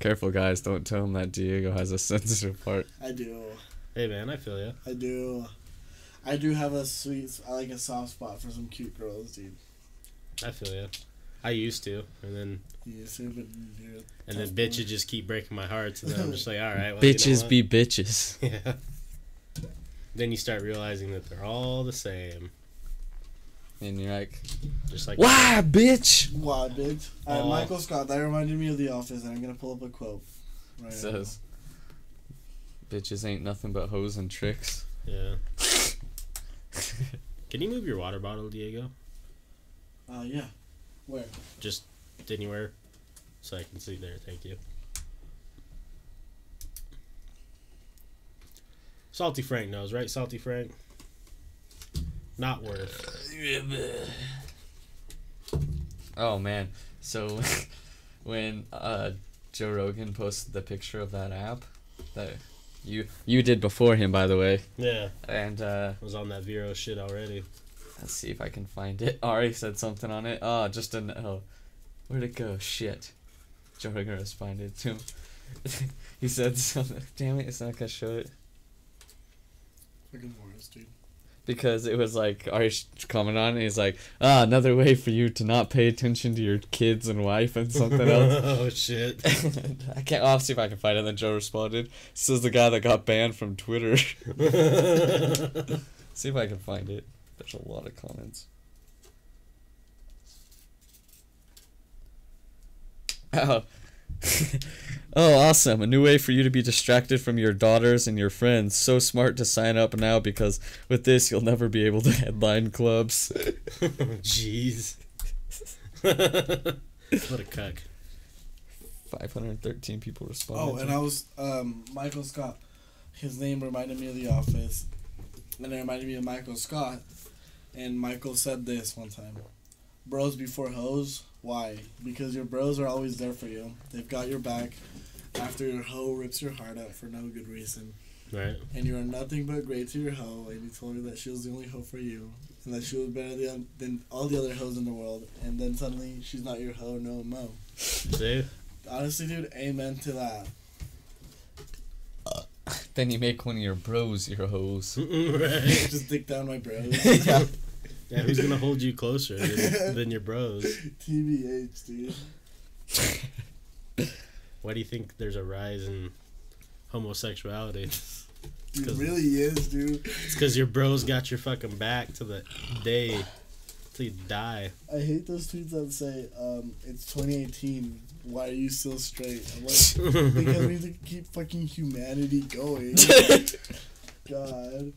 Speaker 3: Careful, guys. Don't tell him that Diego has a sensitive part.
Speaker 2: I do.
Speaker 1: Hey, man, I feel ya.
Speaker 2: I do. I do have a sweet, I like a soft spot for some cute girls, dude.
Speaker 1: I feel ya. I used to, and then
Speaker 2: You stupid. Dude.
Speaker 1: and then bitches just keep breaking my heart. So then I'm just like, all right, well, you know
Speaker 3: bitches
Speaker 1: what?
Speaker 3: be bitches.
Speaker 1: Yeah. Then you start realizing that they're all the same,
Speaker 3: And you're like,
Speaker 1: just like
Speaker 3: why, bitch?
Speaker 2: Wow, bitch. Alright,
Speaker 1: Oh.
Speaker 2: Michael Scott. That reminded me of The Office, and I'm gonna pull up a quote. Right.
Speaker 3: says, "Bitches ain't nothing but hoes and tricks."
Speaker 1: Yeah. Can you move your water bottle, Diego?
Speaker 2: now. Uh, yeah. Where?
Speaker 1: Just anywhere, so I can see there. Thank you. Salty Frank knows, right? Salty Frank. Not worth.
Speaker 3: Oh man! So when uh, Joe Rogan posted the picture of that app that you you did before him, by the way,
Speaker 1: Yeah,
Speaker 3: and uh,
Speaker 1: I was on that Vero shit already.
Speaker 3: let's see if I can find it. Ari said something on it. Oh, just an oh, where'd it go? Shit! Joe Rogan responded to him. he said something. Damn it! It's not gonna show it.
Speaker 2: Fucking Morris, dude.
Speaker 3: because it was like Arish comment on it. He's like, ah, another way for you to not pay attention to your kids and wife and something else.
Speaker 1: oh shit!
Speaker 3: I can't. I'll see if I can find it. Then Joe responded. This is the guy that got banned from Twitter. see if I can find it. There's a lot of comments. Oh. oh, awesome. A new way for you to be distracted from your daughters and your friends. So smart to sign up now because with this, you'll never be able to headline clubs.
Speaker 1: Jeez. what a cuck.
Speaker 3: 513 people responded.
Speaker 2: Oh, and I was um Michael Scott. His name reminded me of The Office, and it reminded me of Michael Scott. And Michael said this one time: "Bros before hoes. Why? Because your bros are always there for you. They've got your back. After your hoe rips your heart out for no good reason,
Speaker 1: Right.
Speaker 2: and you are nothing but great to your hoe, and you told her that she was the only hoe for you. and that she was better than, than all the other hoes in the world, and then suddenly she's not your hoe no mo.
Speaker 1: See?
Speaker 2: Honestly, dude, amen to that.
Speaker 3: Then you make one of your bros your hoes.
Speaker 1: right.
Speaker 2: Just dick down my bros.
Speaker 3: yeah.
Speaker 1: Yeah, who's gonna hold you closer than, than your bros?
Speaker 2: TBH, dude.
Speaker 1: Why do you think there's a rise in homosexuality?
Speaker 2: Dude,
Speaker 1: 'Cause-
Speaker 2: really is, dude.
Speaker 1: It's because your bros got your fucking back to the day till you die.
Speaker 2: I hate those tweets that say, um, it's 2018. Why are you still straight? I'm like, because we need to keep fucking humanity going. God.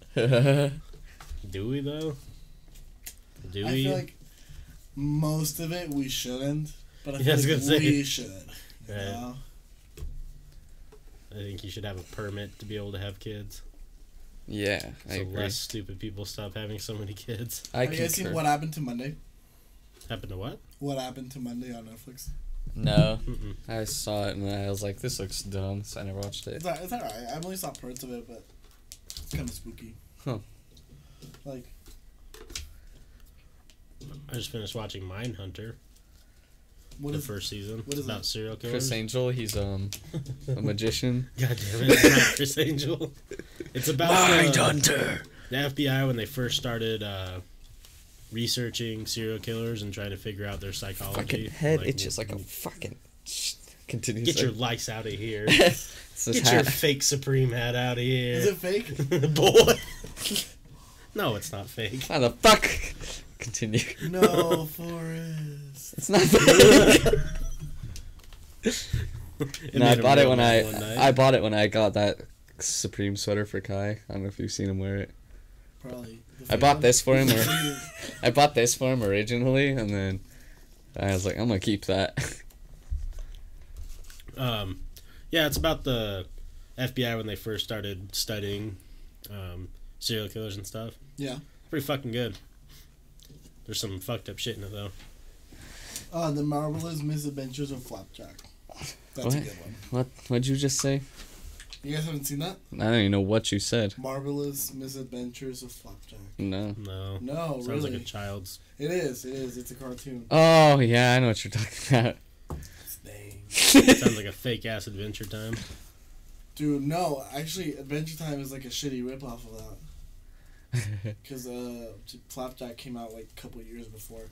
Speaker 1: do we though? Do
Speaker 2: I
Speaker 1: we?
Speaker 2: feel like most of it we shouldn't, but I
Speaker 1: Yeah,
Speaker 2: feel
Speaker 1: I was
Speaker 2: like
Speaker 1: gonna say.
Speaker 2: we should. You
Speaker 1: Right.
Speaker 2: know?
Speaker 1: I think you should have a permit to be able to have kids.
Speaker 3: yeah, I
Speaker 1: So
Speaker 3: agree.
Speaker 1: less stupid people stop having so many kids.
Speaker 3: I
Speaker 2: Have you guys seen
Speaker 3: concur.
Speaker 2: What Happened to Monday?
Speaker 1: Happened to what?
Speaker 2: What Happened to Monday on Netflix?
Speaker 3: No,
Speaker 1: Mm-mm.
Speaker 3: I saw it and I was like, this looks dumb, so I never watched it.
Speaker 2: It's, all- it's alright. I only saw parts of it, but it's kind of spooky.
Speaker 3: Huh.
Speaker 2: Like,
Speaker 1: I just finished watching Mindhunter,
Speaker 2: what
Speaker 1: the
Speaker 2: is-
Speaker 1: first season.
Speaker 2: what is
Speaker 1: about
Speaker 2: it?
Speaker 1: serial killers.
Speaker 3: Chris Angel, he's um a magician.
Speaker 1: God damn it, it's not Chris Angel. It's about
Speaker 3: Uh,
Speaker 1: the,
Speaker 3: Hunter.
Speaker 1: the FBI when they first started uh, researching serial killers and trying to figure out their psychology.
Speaker 3: Fucking head
Speaker 1: Like,
Speaker 3: itches like a fucking. Continues.
Speaker 1: Get your
Speaker 3: like-
Speaker 1: lice out of here.
Speaker 3: It's this
Speaker 1: Get your
Speaker 3: hat.
Speaker 1: fake Supreme hat out of
Speaker 2: Is
Speaker 1: here.
Speaker 2: it fake?
Speaker 1: Boy. no, it's not fake.
Speaker 3: Why the fuck? Continue.
Speaker 2: no, Forrest.
Speaker 3: It's not. that- no, I
Speaker 1: made him
Speaker 3: bought it
Speaker 1: real
Speaker 3: when
Speaker 1: mad one night.
Speaker 3: I I bought it when I got that Supreme sweater for Kai. I don't know if you've seen him wear it.
Speaker 2: Probably. The
Speaker 3: I
Speaker 2: fake
Speaker 3: bought
Speaker 2: one.
Speaker 3: this for him, or I bought this for him originally, and then I was like, I'm gonna keep that.
Speaker 1: Um, yeah, it's about the FBI when they first started studying um, serial killers and stuff.
Speaker 2: Yeah.
Speaker 1: Pretty fucking good. There's some fucked up shit in it though.
Speaker 2: Uh, the Marvelous Misadventures of Flapjack. That's a
Speaker 3: What?
Speaker 2: good one.
Speaker 3: What? What'd you just say?
Speaker 2: You guys haven't seen that?
Speaker 3: I don't even know what you said.
Speaker 2: Marvelous Misadventures of Flapjack.
Speaker 3: No.
Speaker 1: No,
Speaker 2: No,
Speaker 1: sounds
Speaker 2: Oh, really.
Speaker 1: like a child's.
Speaker 2: it is. It is. It's a cartoon.
Speaker 3: Oh yeah, I know what you're talking about.
Speaker 2: It's dang.
Speaker 1: Sounds like a fake ass Adventure Time.
Speaker 2: Dude, no. Actually, Adventure Time is like a shitty ripoff of that. Because uh, t- Flapjack came out like a couple years before.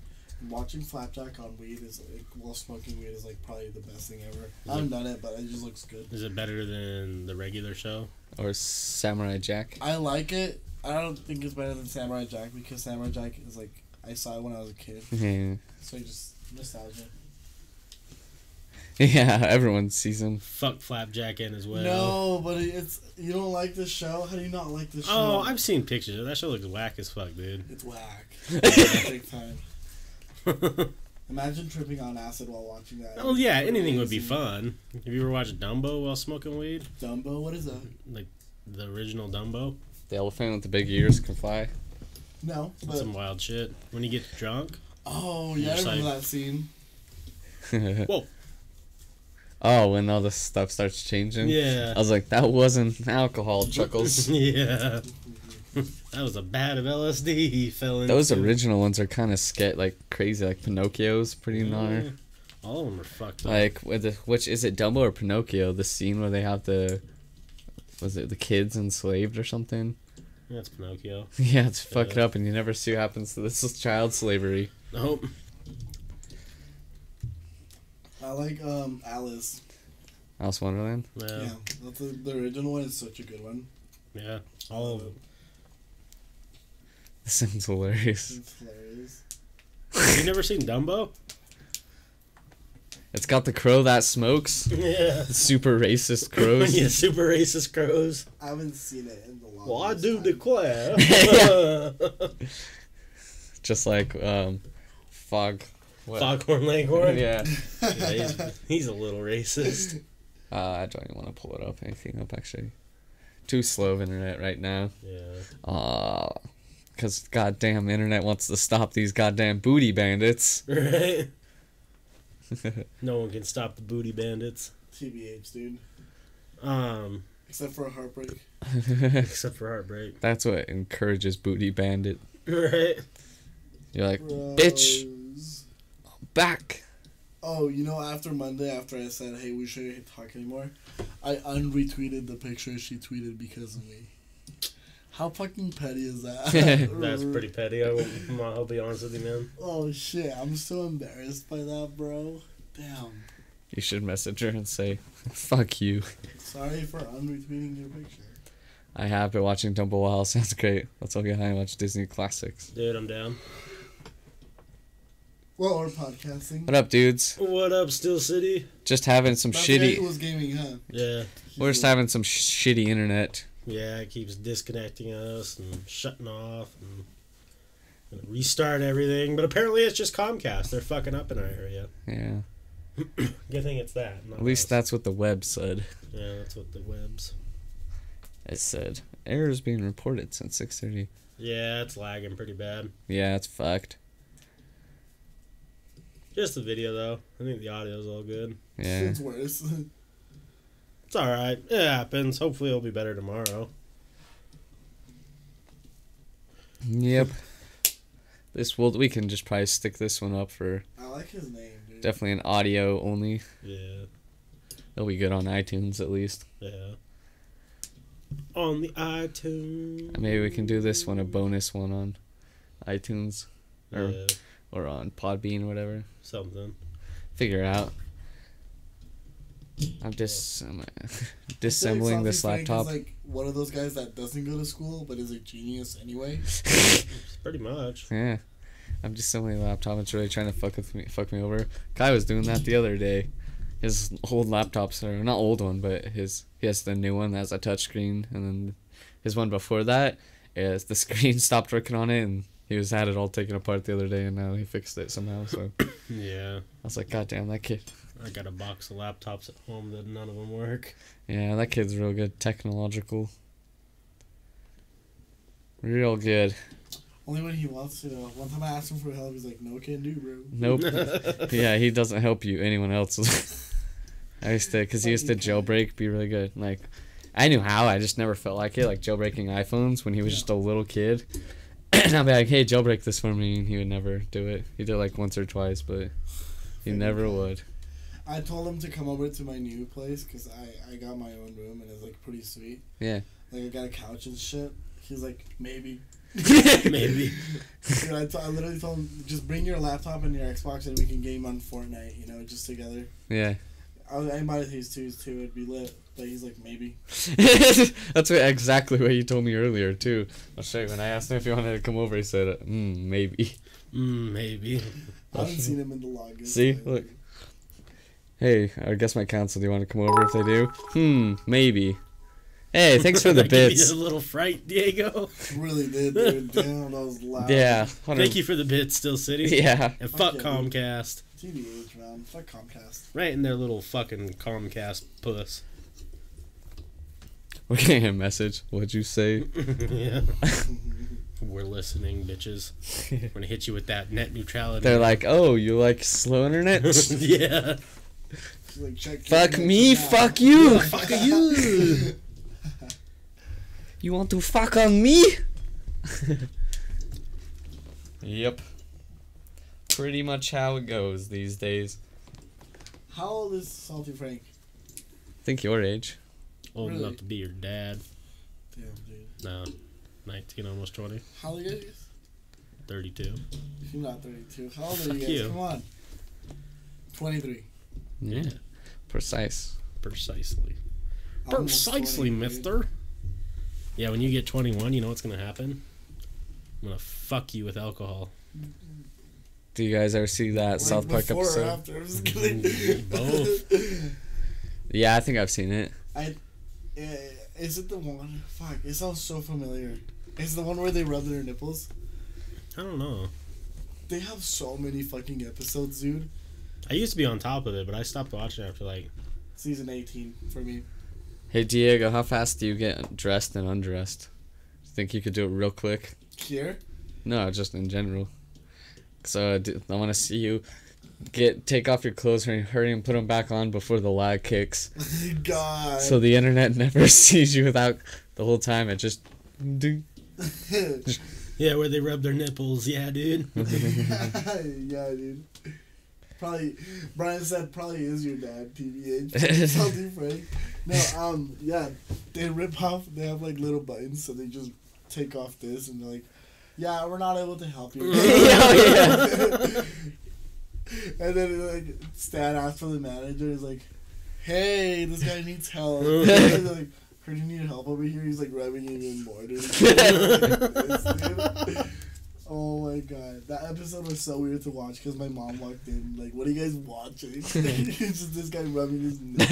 Speaker 2: And watching Flapjack on weed is like, while smoking weed is like probably the best thing ever. I haven't done it, but it just looks good.
Speaker 1: Is it better than the regular show?
Speaker 3: or Samurai Jack.
Speaker 2: I like it. I don't think it's better than Samurai Jack because Samurai Jack is like I saw it when I was a kid,
Speaker 3: Yeah.
Speaker 2: so you just nostalgia.
Speaker 3: Yeah, everyone sees him.
Speaker 1: Fuck Flapjack and his well.
Speaker 2: no, but it, it's you don't like this show. How do you not like this show?
Speaker 1: Oh, I've seen pictures. of That show looks whack as fuck, dude.
Speaker 2: it's whack. Big time.
Speaker 1: well,
Speaker 2: Imagine tripping on acid while watching that.
Speaker 1: Oh, yeah, anything would be
Speaker 2: Amazing.
Speaker 1: fun. Have you ever watched Dumbo while smoking weed?
Speaker 2: Dumbo, what is that?
Speaker 1: The original Dumbo?
Speaker 3: The elephant with the big ears can fly.
Speaker 2: No, but
Speaker 1: Some wild shit. When you get drunk,
Speaker 2: oh yeah, I
Speaker 1: Just
Speaker 2: remember that scene.
Speaker 3: oh, when all this stuff starts changing.
Speaker 1: Yeah.
Speaker 3: I was like, that wasn't alcohol, Chuckles.
Speaker 1: yeah. that was a bat of LSD he fell into.
Speaker 3: Those original ones are kind of sca- like crazy, like Pinocchio's pretty
Speaker 1: Yeah.
Speaker 3: gnarly.
Speaker 1: All of them are fucked up.
Speaker 3: Like with the, which is it, Dumbo or Pinocchio? The scene where they have the was it the kids enslaved or something?
Speaker 1: That's Pinocchio.
Speaker 3: Yeah, it's fucked
Speaker 1: Yeah.
Speaker 3: up, and you never see what happens to this is child slavery.
Speaker 1: Nope.
Speaker 2: I like um Alice.
Speaker 3: Alice in Wonderland.
Speaker 1: No.
Speaker 2: Yeah,
Speaker 1: Yeah.
Speaker 2: that's the, the original one is such a good one.
Speaker 1: All of them.
Speaker 3: This sounds hilarious.
Speaker 2: It's hilarious.
Speaker 1: You never seen Dumbo?
Speaker 3: It's got the crow that smokes.
Speaker 1: Yeah.
Speaker 3: The super racist crows.
Speaker 1: yeah, super racist crows.
Speaker 2: I haven't seen it in the long.
Speaker 1: Well, I do
Speaker 2: time.
Speaker 1: declare.
Speaker 3: Just like um, fog. What?
Speaker 1: Foghorn Leghorn.
Speaker 3: Yeah.
Speaker 1: Yeah, he's, he's a little racist.
Speaker 3: Uh, I don't even want to pull it up. Anything up actually. Too slow of internet right now.
Speaker 1: Yeah.
Speaker 3: Uh, cause goddamn internet wants to stop these goddamn booty bandits.
Speaker 1: Right? No one can stop the booty bandits.
Speaker 2: TBH, dude.
Speaker 1: Um,
Speaker 2: Except for a heartbreak.
Speaker 3: That's
Speaker 1: except for Heartbreak.
Speaker 3: what encourages booty bandit.
Speaker 1: Right.
Speaker 3: You're like, bitch,
Speaker 2: Bros.
Speaker 3: back.
Speaker 2: Oh, you know, after Monday, after I said, hey, we shouldn't talk anymore, I unretweeted the picture she tweeted because of me. How fucking petty is that?
Speaker 1: That's pretty petty. I will, I'll be honest with you, man.
Speaker 2: Oh, shit. I'm so embarrassed by that, bro. Damn.
Speaker 3: You should message her and say, fuck you.
Speaker 2: Sorry for unretweeting your picture.
Speaker 3: I have been watching Dumble Wild. Sounds great. Let's all get high and watch Disney classics.
Speaker 1: Dude, I'm down.
Speaker 2: Well, we're podcasting.
Speaker 3: What up, dudes?
Speaker 1: What up, Steel City?
Speaker 3: Just having some
Speaker 2: That's
Speaker 3: shitty.
Speaker 2: It was gaming, huh?
Speaker 1: Yeah.
Speaker 3: We're just having some sh- shitty internet.
Speaker 1: Yeah, it keeps disconnecting us and shutting off and, and restart everything. But apparently it's just Comcast. They're fucking up in our area.
Speaker 3: Yeah.
Speaker 1: Good thing it's that. not
Speaker 3: At least
Speaker 1: us.
Speaker 3: that's what the web said.
Speaker 1: Yeah, that's what the webs.
Speaker 3: It said errors being reported since six thirty.
Speaker 1: Yeah, it's lagging pretty bad.
Speaker 3: Yeah, it's fucked.
Speaker 1: Just the video though. I think the audio's all good.
Speaker 3: Yeah.
Speaker 2: It's worse.
Speaker 1: It's all right. It happens. Hopefully it'll be better tomorrow.
Speaker 3: yep. This will we can just probably stick this one up for
Speaker 2: I like his name, dude.
Speaker 3: definitely an audio only.
Speaker 1: Yeah.
Speaker 3: It'll be good on iTunes at least.
Speaker 1: Yeah. On the iTunes.
Speaker 3: And Maybe we can do this one a bonus one on iTunes or
Speaker 1: Yeah,
Speaker 3: or on Podbean whatever.
Speaker 1: something.
Speaker 3: Figure it out. I'm just I'm disassembling
Speaker 2: Something
Speaker 3: this
Speaker 2: Frank is
Speaker 3: laptop.
Speaker 2: like one of those guys that doesn't go to school but is a genius anyway.
Speaker 1: Pretty much.
Speaker 3: Yeah. I'm just on my laptop. It's really trying to fuck with me, fuck me over. Kai was doing that the other day. His old laptops are not old one, but his he has the new one that has a touchscreen, and then his one before that is the screen stopped working on it, and he was had it all taken apart the other day, and now he fixed it somehow. So I
Speaker 1: Yeah.
Speaker 3: was like, God damn, that kid.
Speaker 1: I got a box of laptops at home that none of them work.
Speaker 3: Yeah, that kid's real good technological. Real good.
Speaker 2: Only when he wants to. Though. One time I asked him for help, he's like, "No can do, bro."
Speaker 3: Nope. yeah, he doesn't help you. Anyone else? is- I used to, because he used to jailbreak, be really good. Like, I knew how. I just never felt like it. Like jailbreaking iPhones when he was just a little kid. and I'd be like, "Hey, jailbreak this for me," and he would never do it. He did like once or twice, but he never would.
Speaker 2: I told him to come over to my new place because I I got my own room and it's like pretty sweet.
Speaker 3: Yeah.
Speaker 2: Like I got a couch and shit. He's like, maybe.
Speaker 1: Maybe.
Speaker 2: Dude, I, t- I literally told him just bring your laptop and your Xbox and we can game on Fortnite. You know, just together.
Speaker 3: Yeah.
Speaker 2: I, I invited these twos too. It'd be lit. But he's like, maybe.
Speaker 3: That's what, exactly what you told me earlier too. I'll show you. When I asked him if he wanted to come over, he said, mm, "Maybe."
Speaker 1: Mm, maybe.
Speaker 2: I haven't seen him in the longest.
Speaker 3: See?
Speaker 2: time.
Speaker 3: Look. Hey, I guess my council. Do you want to come over if they do? Hmm, maybe. Hey, thanks for the
Speaker 1: That gave you
Speaker 3: bits.
Speaker 1: A little fright, Diego.
Speaker 2: Really did, dude. Damn, that was loud.
Speaker 3: Yeah.
Speaker 1: Thank you for the bits, Still City.
Speaker 3: Yeah.
Speaker 1: And fuck
Speaker 2: Okay.
Speaker 1: Comcast.
Speaker 2: TBH, man. Fuck Comcast.
Speaker 1: Right in their little fucking Comcast puss.
Speaker 3: We're getting a message. What'd you say?
Speaker 1: yeah. We're listening, bitches. I'm gonna hit you with that net neutrality.
Speaker 3: They're like, oh, you like slow internet?
Speaker 1: yeah.
Speaker 2: She's like, check.
Speaker 3: fuck
Speaker 2: your
Speaker 3: me,
Speaker 2: message now.
Speaker 3: fuck you.
Speaker 1: Fuck you.
Speaker 3: You want to fuck on me? yep. Pretty much how it goes these days.
Speaker 2: How old is Salty Frank?
Speaker 3: Think your age.
Speaker 1: Old
Speaker 2: Really?
Speaker 1: enough to be your dad.
Speaker 2: Damn, dude.
Speaker 1: No. 19, almost 20.
Speaker 2: How old are you guys?
Speaker 1: 32.
Speaker 2: You're not 32. How old are
Speaker 1: Fuck
Speaker 2: you guys?
Speaker 1: you.
Speaker 2: Come on. 23.
Speaker 3: Yeah. Precise.
Speaker 1: Precisely.
Speaker 2: Almost
Speaker 1: Precisely,
Speaker 2: 20, dude.
Speaker 1: mister. Yeah, when you get 21, you know what's going to happen? I'm going to fuck you with alcohol.
Speaker 3: Do you guys ever see that
Speaker 2: Like,
Speaker 3: South Park
Speaker 2: before or
Speaker 3: episode?
Speaker 2: after, I'm just kidding.
Speaker 1: Both.
Speaker 3: Yeah, I think I've seen it.
Speaker 2: Eh, Is it the one? Fuck, it sounds so familiar. It's the one where they rub their nipples.
Speaker 1: I don't know.
Speaker 2: They have so many fucking episodes, dude.
Speaker 1: I used to be on top of it, but I stopped watching after like
Speaker 2: Season 18 for me.
Speaker 3: Hey Diego, how fast do you get dressed and undressed? Think you could do it real quick?
Speaker 2: Here?
Speaker 3: No, just in general. So I, do- I want to see you get take off your clothes and hurry and put them back on before the lag kicks,
Speaker 2: God.
Speaker 3: so the internet never sees you without the whole time. It just do.
Speaker 1: Yeah, where they rub their nipples. Yeah, dude.
Speaker 2: yeah, dude. Probably, Brian said probably is your dad, TBH. Salty Frank. No, um, yeah, they rip off. They have like little buttons, so they just take off this and they're like, "Yeah, we're not able to help you."
Speaker 3: Yeah,
Speaker 2: and then like Stan asks for the manager. He's like, "Hey, this guy needs help." and they're like, "Heard you need help over here." He's like rubbing it even more. Dude. It's like this, dude. Oh my god, that episode was so weird to watch because my mom walked in. Like, what are you guys watching? it's just this guy rubbing his nose,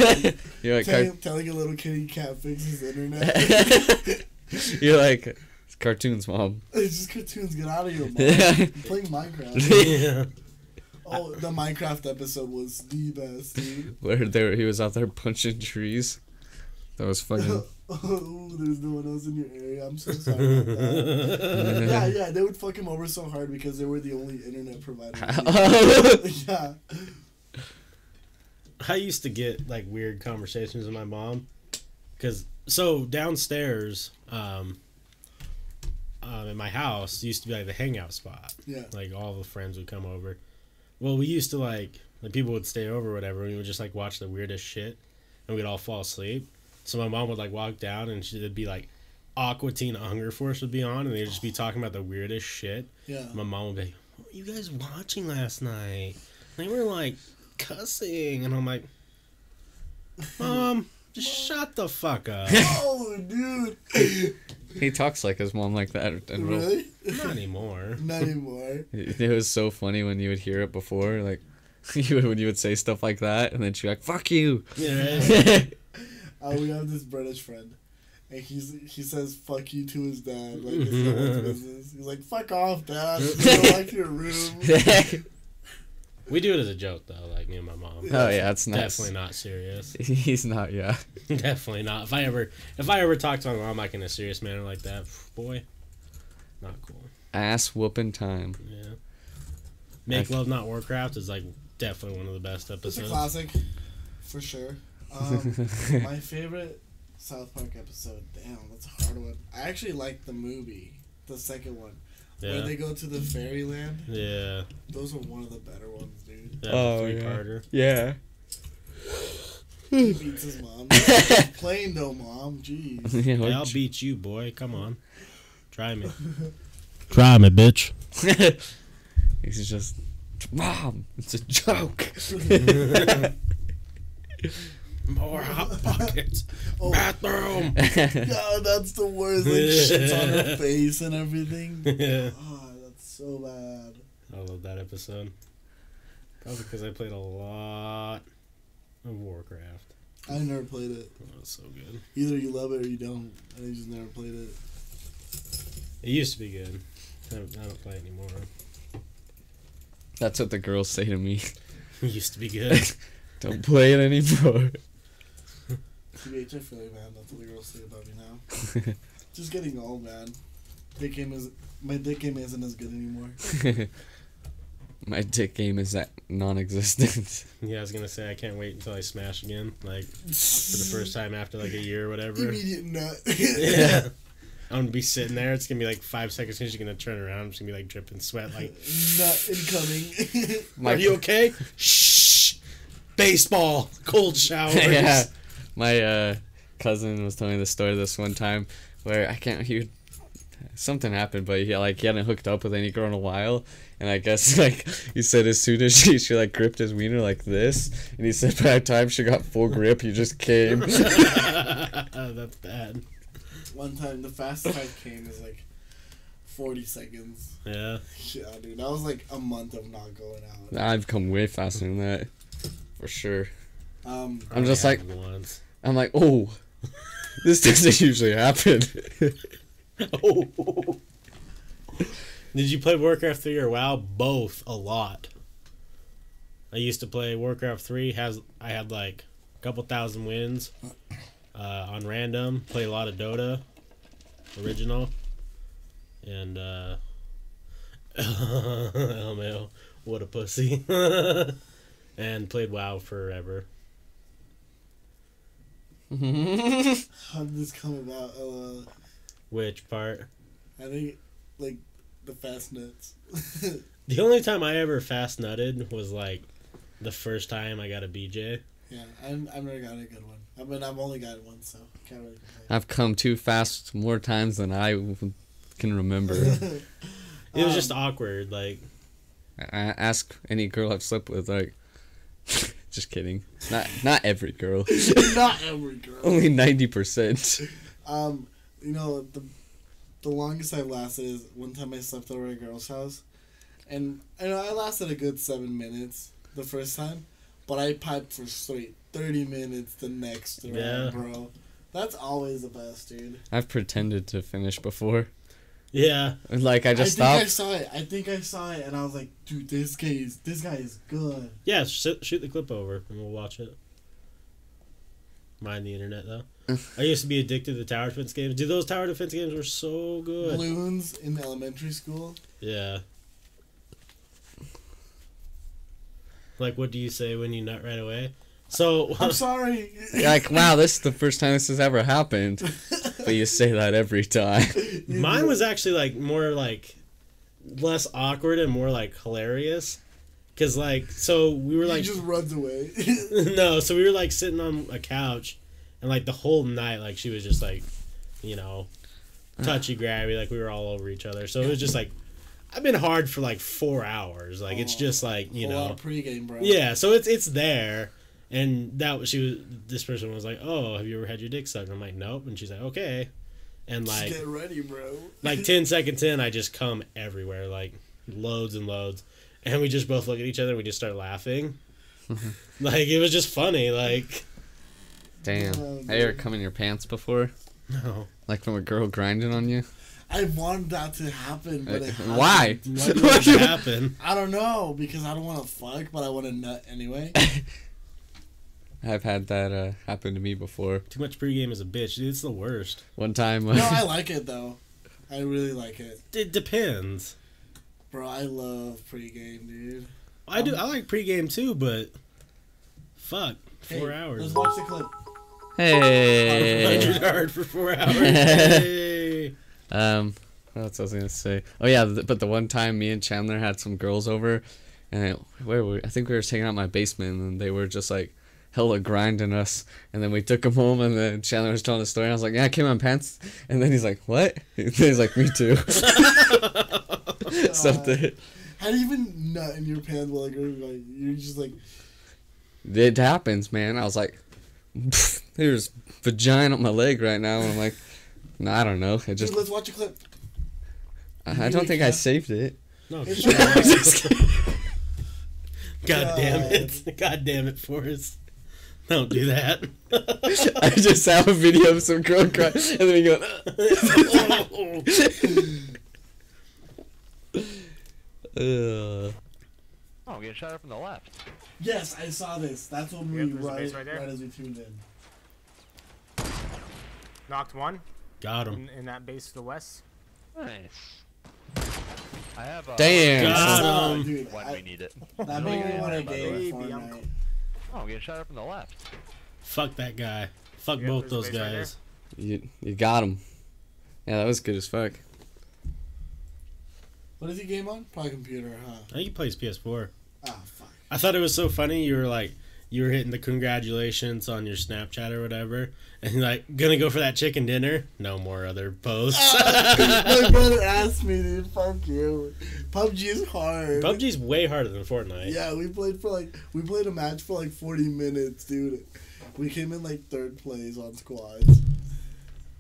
Speaker 3: You're like,
Speaker 2: telling,
Speaker 3: car-
Speaker 2: telling a little kid he can't fix his internet.
Speaker 3: you're like, it's cartoons, mom.
Speaker 2: it's just cartoons. Get out of here, mom. Playing Minecraft.
Speaker 1: yeah.
Speaker 2: Oh, the Minecraft episode was the best, dude.
Speaker 3: Where there he was out there punching trees. That was fucking.
Speaker 2: oh, there's no one else in your area. I'm so sorry about that. yeah, yeah, they would fuck him over so hard because they were the only internet provider. yeah.
Speaker 1: I used to get like weird conversations with my mom, because so downstairs, um, um, in my house used to be like the hangout spot.
Speaker 2: Yeah.
Speaker 1: Like all the friends would come over. Well, we used to like like people would stay over or whatever. And we would just like watch the weirdest shit, and we'd all fall asleep. So my mom would like walk down, and she'd be like, Aqua Teen Hunger Force would be on, and they'd just be talking about the weirdest shit.
Speaker 2: Yeah.
Speaker 1: My mom would be like, What were you guys watching last night? They were like cussing. And I'm like, Mom, just shut the fuck up.
Speaker 2: Oh, dude.
Speaker 3: he talks like his mom like that. And real-
Speaker 2: really?
Speaker 1: Not anymore.
Speaker 2: Not anymore.
Speaker 3: It was so funny when you would hear it before, like you would, when you would say stuff like that, and then she'd be like, "Fuck you."
Speaker 1: Yeah, right?
Speaker 3: That's
Speaker 2: Uh, we have this British friend, and he's he says "fuck you" to his dad, like it's no one's business. He's like, "Fuck off, dad. Go back to your room."
Speaker 3: Oh,
Speaker 1: We do it as a joke, though, like me and my mom.
Speaker 3: Oh yeah, it's nice.
Speaker 1: Definitely not serious.
Speaker 3: He's not. Yeah.
Speaker 1: Definitely not. If I ever, if I ever talk to my mom like in a serious manner like that, boy, not cool.
Speaker 3: Ass whooping time.
Speaker 1: Yeah. Make
Speaker 3: I-
Speaker 1: love, not Warcraft is like definitely one of the best
Speaker 2: It's a
Speaker 1: episodes.
Speaker 2: classic, for sure. Um, my favorite South Park episode. Damn, that's a hard one. I actually like the movie, the second one, where
Speaker 1: Yeah,
Speaker 2: they go to the fairyland.
Speaker 1: yeah.
Speaker 2: Those are one of the better ones, dude.
Speaker 1: That
Speaker 3: Oh,
Speaker 1: three
Speaker 3: yeah.
Speaker 1: parter.
Speaker 3: Yeah.
Speaker 2: He beats his mom. Plain though, mom. Jeez.
Speaker 3: yeah.
Speaker 1: Hey,
Speaker 3: we're
Speaker 1: I'll
Speaker 3: ch-
Speaker 1: beat you, boy. Come on. Try me. Try me, bitch.
Speaker 3: He's just, mom. It's a joke.
Speaker 1: More hot pockets.
Speaker 2: Oh.
Speaker 1: Bathroom.
Speaker 2: Yeah, that's the worst. Like shit's on her face and everything.
Speaker 1: Yeah.
Speaker 2: Oh, that's so bad.
Speaker 1: I love that episode. Probably because I played a lot of Warcraft.
Speaker 2: I never played it.
Speaker 1: Oh, it's so good.
Speaker 2: Either you love it or you don't. I just never played it.
Speaker 1: It used to be good. I don't, I don't play anymore.
Speaker 3: That's what the girls say to me.
Speaker 1: It used to be good.
Speaker 3: Don't play it anymore.
Speaker 2: TBH, I feel you, man. That's what the girls say about me now. just getting old, man. Dick game is my dick game isn't as good anymore.
Speaker 3: My dick game is at non-existent.
Speaker 1: yeah, I was gonna say I can't wait until I smash again, like for
Speaker 2: For
Speaker 1: the first time after like a year or whatever.
Speaker 2: Immediate nut.
Speaker 1: Yeah. I'm gonna be sitting there. It's gonna be like five seconds. She's gonna turn around. I'm just gonna be like dripping sweat. Like,
Speaker 2: nut incoming.
Speaker 1: are you okay? Shh. Baseball. Cold shower.
Speaker 3: yeah. My uh, cousin was telling me the story this one time where I can't he something happened, but he like he hadn't hooked up with any girl in a while, and I guess like he said as soon as she she like gripped his wiener like this, and he said by the time she got full grip, he just came.
Speaker 1: That's bad.
Speaker 2: One time the fast time came is like forty seconds.
Speaker 1: Yeah.
Speaker 2: Yeah, dude. That was like a month of not going out.
Speaker 3: I've come way faster than that, for sure.
Speaker 2: Um,
Speaker 3: I'm just
Speaker 1: I
Speaker 3: like-
Speaker 1: had once.
Speaker 3: I'm like, oh, this doesn't usually happen.
Speaker 1: Did you play Warcraft 3 or WoW? Both a lot. I used to play Warcraft 3. Has I had like a couple thousand wins uh, on random. Play a lot of Dota, original, and uh, LMAO. What a pussy. and played WoW forever.
Speaker 2: how did this come about? Uh,
Speaker 1: Which part?
Speaker 2: I think like the fast nuts.
Speaker 1: The only time I ever fast nutted was like the first time I got a BJ.
Speaker 2: yeah, I'm, I've never gotten a good one. I mean, I've only got one, so can't really complain.
Speaker 3: I've come too fast more times than I w- can remember.
Speaker 1: It was
Speaker 2: Um,
Speaker 1: just awkward. Like,
Speaker 3: I I ask any girl I've slept with, like, just kidding. Not not every girl.
Speaker 2: Not every girl.
Speaker 3: Only ninety percent.
Speaker 2: Um, you know the the longest I've lasted is one time I slept over at a girl's house, and I know I lasted a good seven minutes the first time, but I piped for straight thirty minutes the next round,
Speaker 1: Yeah.
Speaker 2: bro. That's always the best, dude.
Speaker 3: I've pretended to finish before.
Speaker 1: yeah,
Speaker 3: Like I just
Speaker 2: I think I
Speaker 3: stopped.
Speaker 2: saw it. I think I saw it, and I was like, dude, this guy is this guy is good.
Speaker 1: yeah. Sh- shoot the clip over, and we'll watch it. Mind the internet though. I used to be addicted to tower defense games. Dude, those tower defense games were so good.
Speaker 2: Balloons in elementary school.
Speaker 1: Yeah. Like, what do you say when you nut right away? So,
Speaker 2: I'm sorry.
Speaker 3: like wow, this is the first time this has ever happened. But you say that every time.
Speaker 1: mine was actually like more like less awkward and more like hilarious. Cause like, so we were
Speaker 2: he
Speaker 1: like,
Speaker 2: just runs away.
Speaker 1: no, so we were like sitting on a couch, and like the whole night, like she was just like, you know, touchy grabby, like we were all over each other. So it was just like, I've been hard for like four hours. Like it's just like you
Speaker 2: a
Speaker 1: know,
Speaker 2: lot of pregame, bro.
Speaker 1: Yeah, so it's it's there, and that was she was this person was like, "Oh, have you ever had your dick sucked?" And I'm like, "Nope," and she's like, "Okay," and
Speaker 2: Just
Speaker 1: like
Speaker 2: get ready, bro.
Speaker 1: like ten seconds in, I just come everywhere, like loads and loads, and we just both look at each other and we just start laughing, like it was just funny, like
Speaker 3: Damn.
Speaker 2: Oh,
Speaker 3: Have you ever
Speaker 2: dude.
Speaker 3: come in your pants before?
Speaker 1: no,
Speaker 3: Like from a girl grinding on you?
Speaker 2: I wanted that to happen, but it
Speaker 3: Like,
Speaker 2: happened.
Speaker 3: Uh, why?
Speaker 1: what would happen?
Speaker 2: I don't know because I don't want to fuck, but I want to nut anyway.
Speaker 3: I've had that uh, happen to me before.
Speaker 1: Too much pregame is a bitch. Dude, it's the worst.
Speaker 3: One time, uh,
Speaker 2: no, I like it though. I really like it,
Speaker 1: It depends.
Speaker 2: bro. I love pregame, dude.
Speaker 1: I do. I like pregame too, but fuck, four
Speaker 2: Hey,
Speaker 1: hours.
Speaker 2: Let's watch the clip.
Speaker 3: hey.
Speaker 1: Hundred hard for four hours. Hey.
Speaker 3: Um, what else was I gonna say? Oh yeah, th- but the one time me and Chandler had some girls over, and I, where were I think we were taking out my basement, and they were just like hella grinding us, and then we took them home, and then Chandler was telling the story, and I was like, yeah, I came on pants, and then he's like, what? And he's like, me too. Something.
Speaker 2: How do you even nut in your pants while like, you're like you're just like
Speaker 3: It happens, man. I was like, there's vagina on my leg right now, and I'm like, no, I don't know. It
Speaker 2: dude,
Speaker 3: just,
Speaker 2: let's watch a clip.
Speaker 3: I I don't think I saved it.
Speaker 1: No,
Speaker 2: It's
Speaker 1: shut
Speaker 2: not-
Speaker 1: up. God damn it. God damn it, Forrest. Don't do that.
Speaker 3: I just have a video of some girl crying, and then we go. Uh,
Speaker 4: Oh, we get shot up from the left.
Speaker 2: Yes, I saw this. That's when we
Speaker 5: Yep, there's a
Speaker 2: right,
Speaker 5: base
Speaker 2: right,
Speaker 5: right there.
Speaker 2: as we tuned in.
Speaker 5: Knocked one
Speaker 1: Got him.
Speaker 5: in, in that base to the west.
Speaker 4: Nice. I have a.
Speaker 3: Damn.
Speaker 1: God.
Speaker 3: son.
Speaker 2: Oh,
Speaker 1: um,
Speaker 2: dude,
Speaker 4: When
Speaker 2: I-
Speaker 4: we need it.
Speaker 2: that made me want to game
Speaker 5: Baby,
Speaker 2: Fortnite.
Speaker 5: uncle.
Speaker 4: Oh, we get shot up from the left.
Speaker 1: Fuck that guy. Fuck
Speaker 5: Yep,
Speaker 1: both
Speaker 5: there's a
Speaker 1: those
Speaker 5: base right
Speaker 1: guys.
Speaker 3: You, you got him. Yeah, that was good as fuck.
Speaker 2: What is he game on? Probably computer, huh?
Speaker 1: I think he plays PS4.
Speaker 2: Ah, fuck.
Speaker 1: I thought it was so funny. You were like, you were hitting the congratulations on your Snapchat or whatever, and you're like, gonna go for that chicken dinner. No more other posts.
Speaker 2: Ah. My brother asked me, dude. Fuck you. PUBG is hard.
Speaker 1: PUBG's way harder than Fortnite.
Speaker 2: Yeah, we played for like we played a match for like forty minutes, dude. We came in like third place on squads.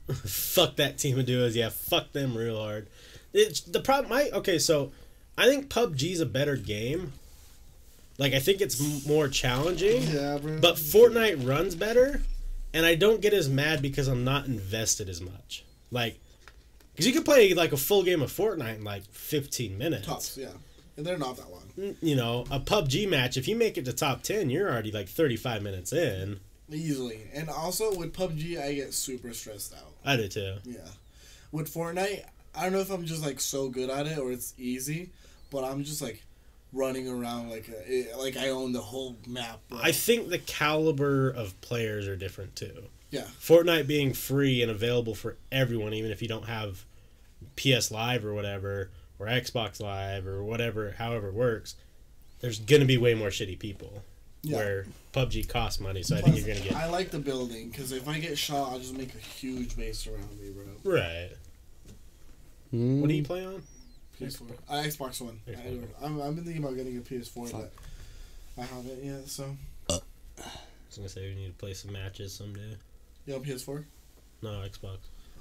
Speaker 1: fuck that team of duos. Yeah, fuck them real hard. It's the problem. My okay, so I think PUBG's a better game. Like I think it's m- more challenging,
Speaker 2: Yeah, bro.
Speaker 1: but Fortnite runs better, and I don't get as mad because I'm not invested as much. Like, because you can play like a full game of Fortnite in like 15 minutes.
Speaker 2: tops, yeah, and they're not that long.
Speaker 1: N- You know, a PUBG match. If you make it to top 10, you're already like 35 minutes in.
Speaker 2: Easily, and also with PUBG, I get super stressed out.
Speaker 1: I do too.
Speaker 2: Yeah, with Fortnite, I don't know if I'm just like so good at it or it's easy, but I'm just like running around like a, it, like I own the whole map. bro.
Speaker 1: I think the caliber of players are different too.
Speaker 2: Yeah.
Speaker 1: Fortnite being free and available for everyone, even if you don't have PS Live or whatever, or Xbox Live or whatever, however it works, there's gonna be way more shitty people.
Speaker 2: Yeah.
Speaker 1: Where PUBG costs money, so I think
Speaker 2: Plus,
Speaker 1: you're gonna get
Speaker 2: I like the building because if I get shot, I'll just make a huge base around me, bro.
Speaker 1: right. What do you play on?
Speaker 2: PS4, uh, Xbox One. I,
Speaker 1: Xbox
Speaker 2: don't- I'm, I've been thinking about getting a PS4,
Speaker 3: Fuck.
Speaker 2: but I haven't yet. So,
Speaker 1: I was gonna say we need to play some matches someday.
Speaker 2: you have a PS4?
Speaker 1: No Xbox.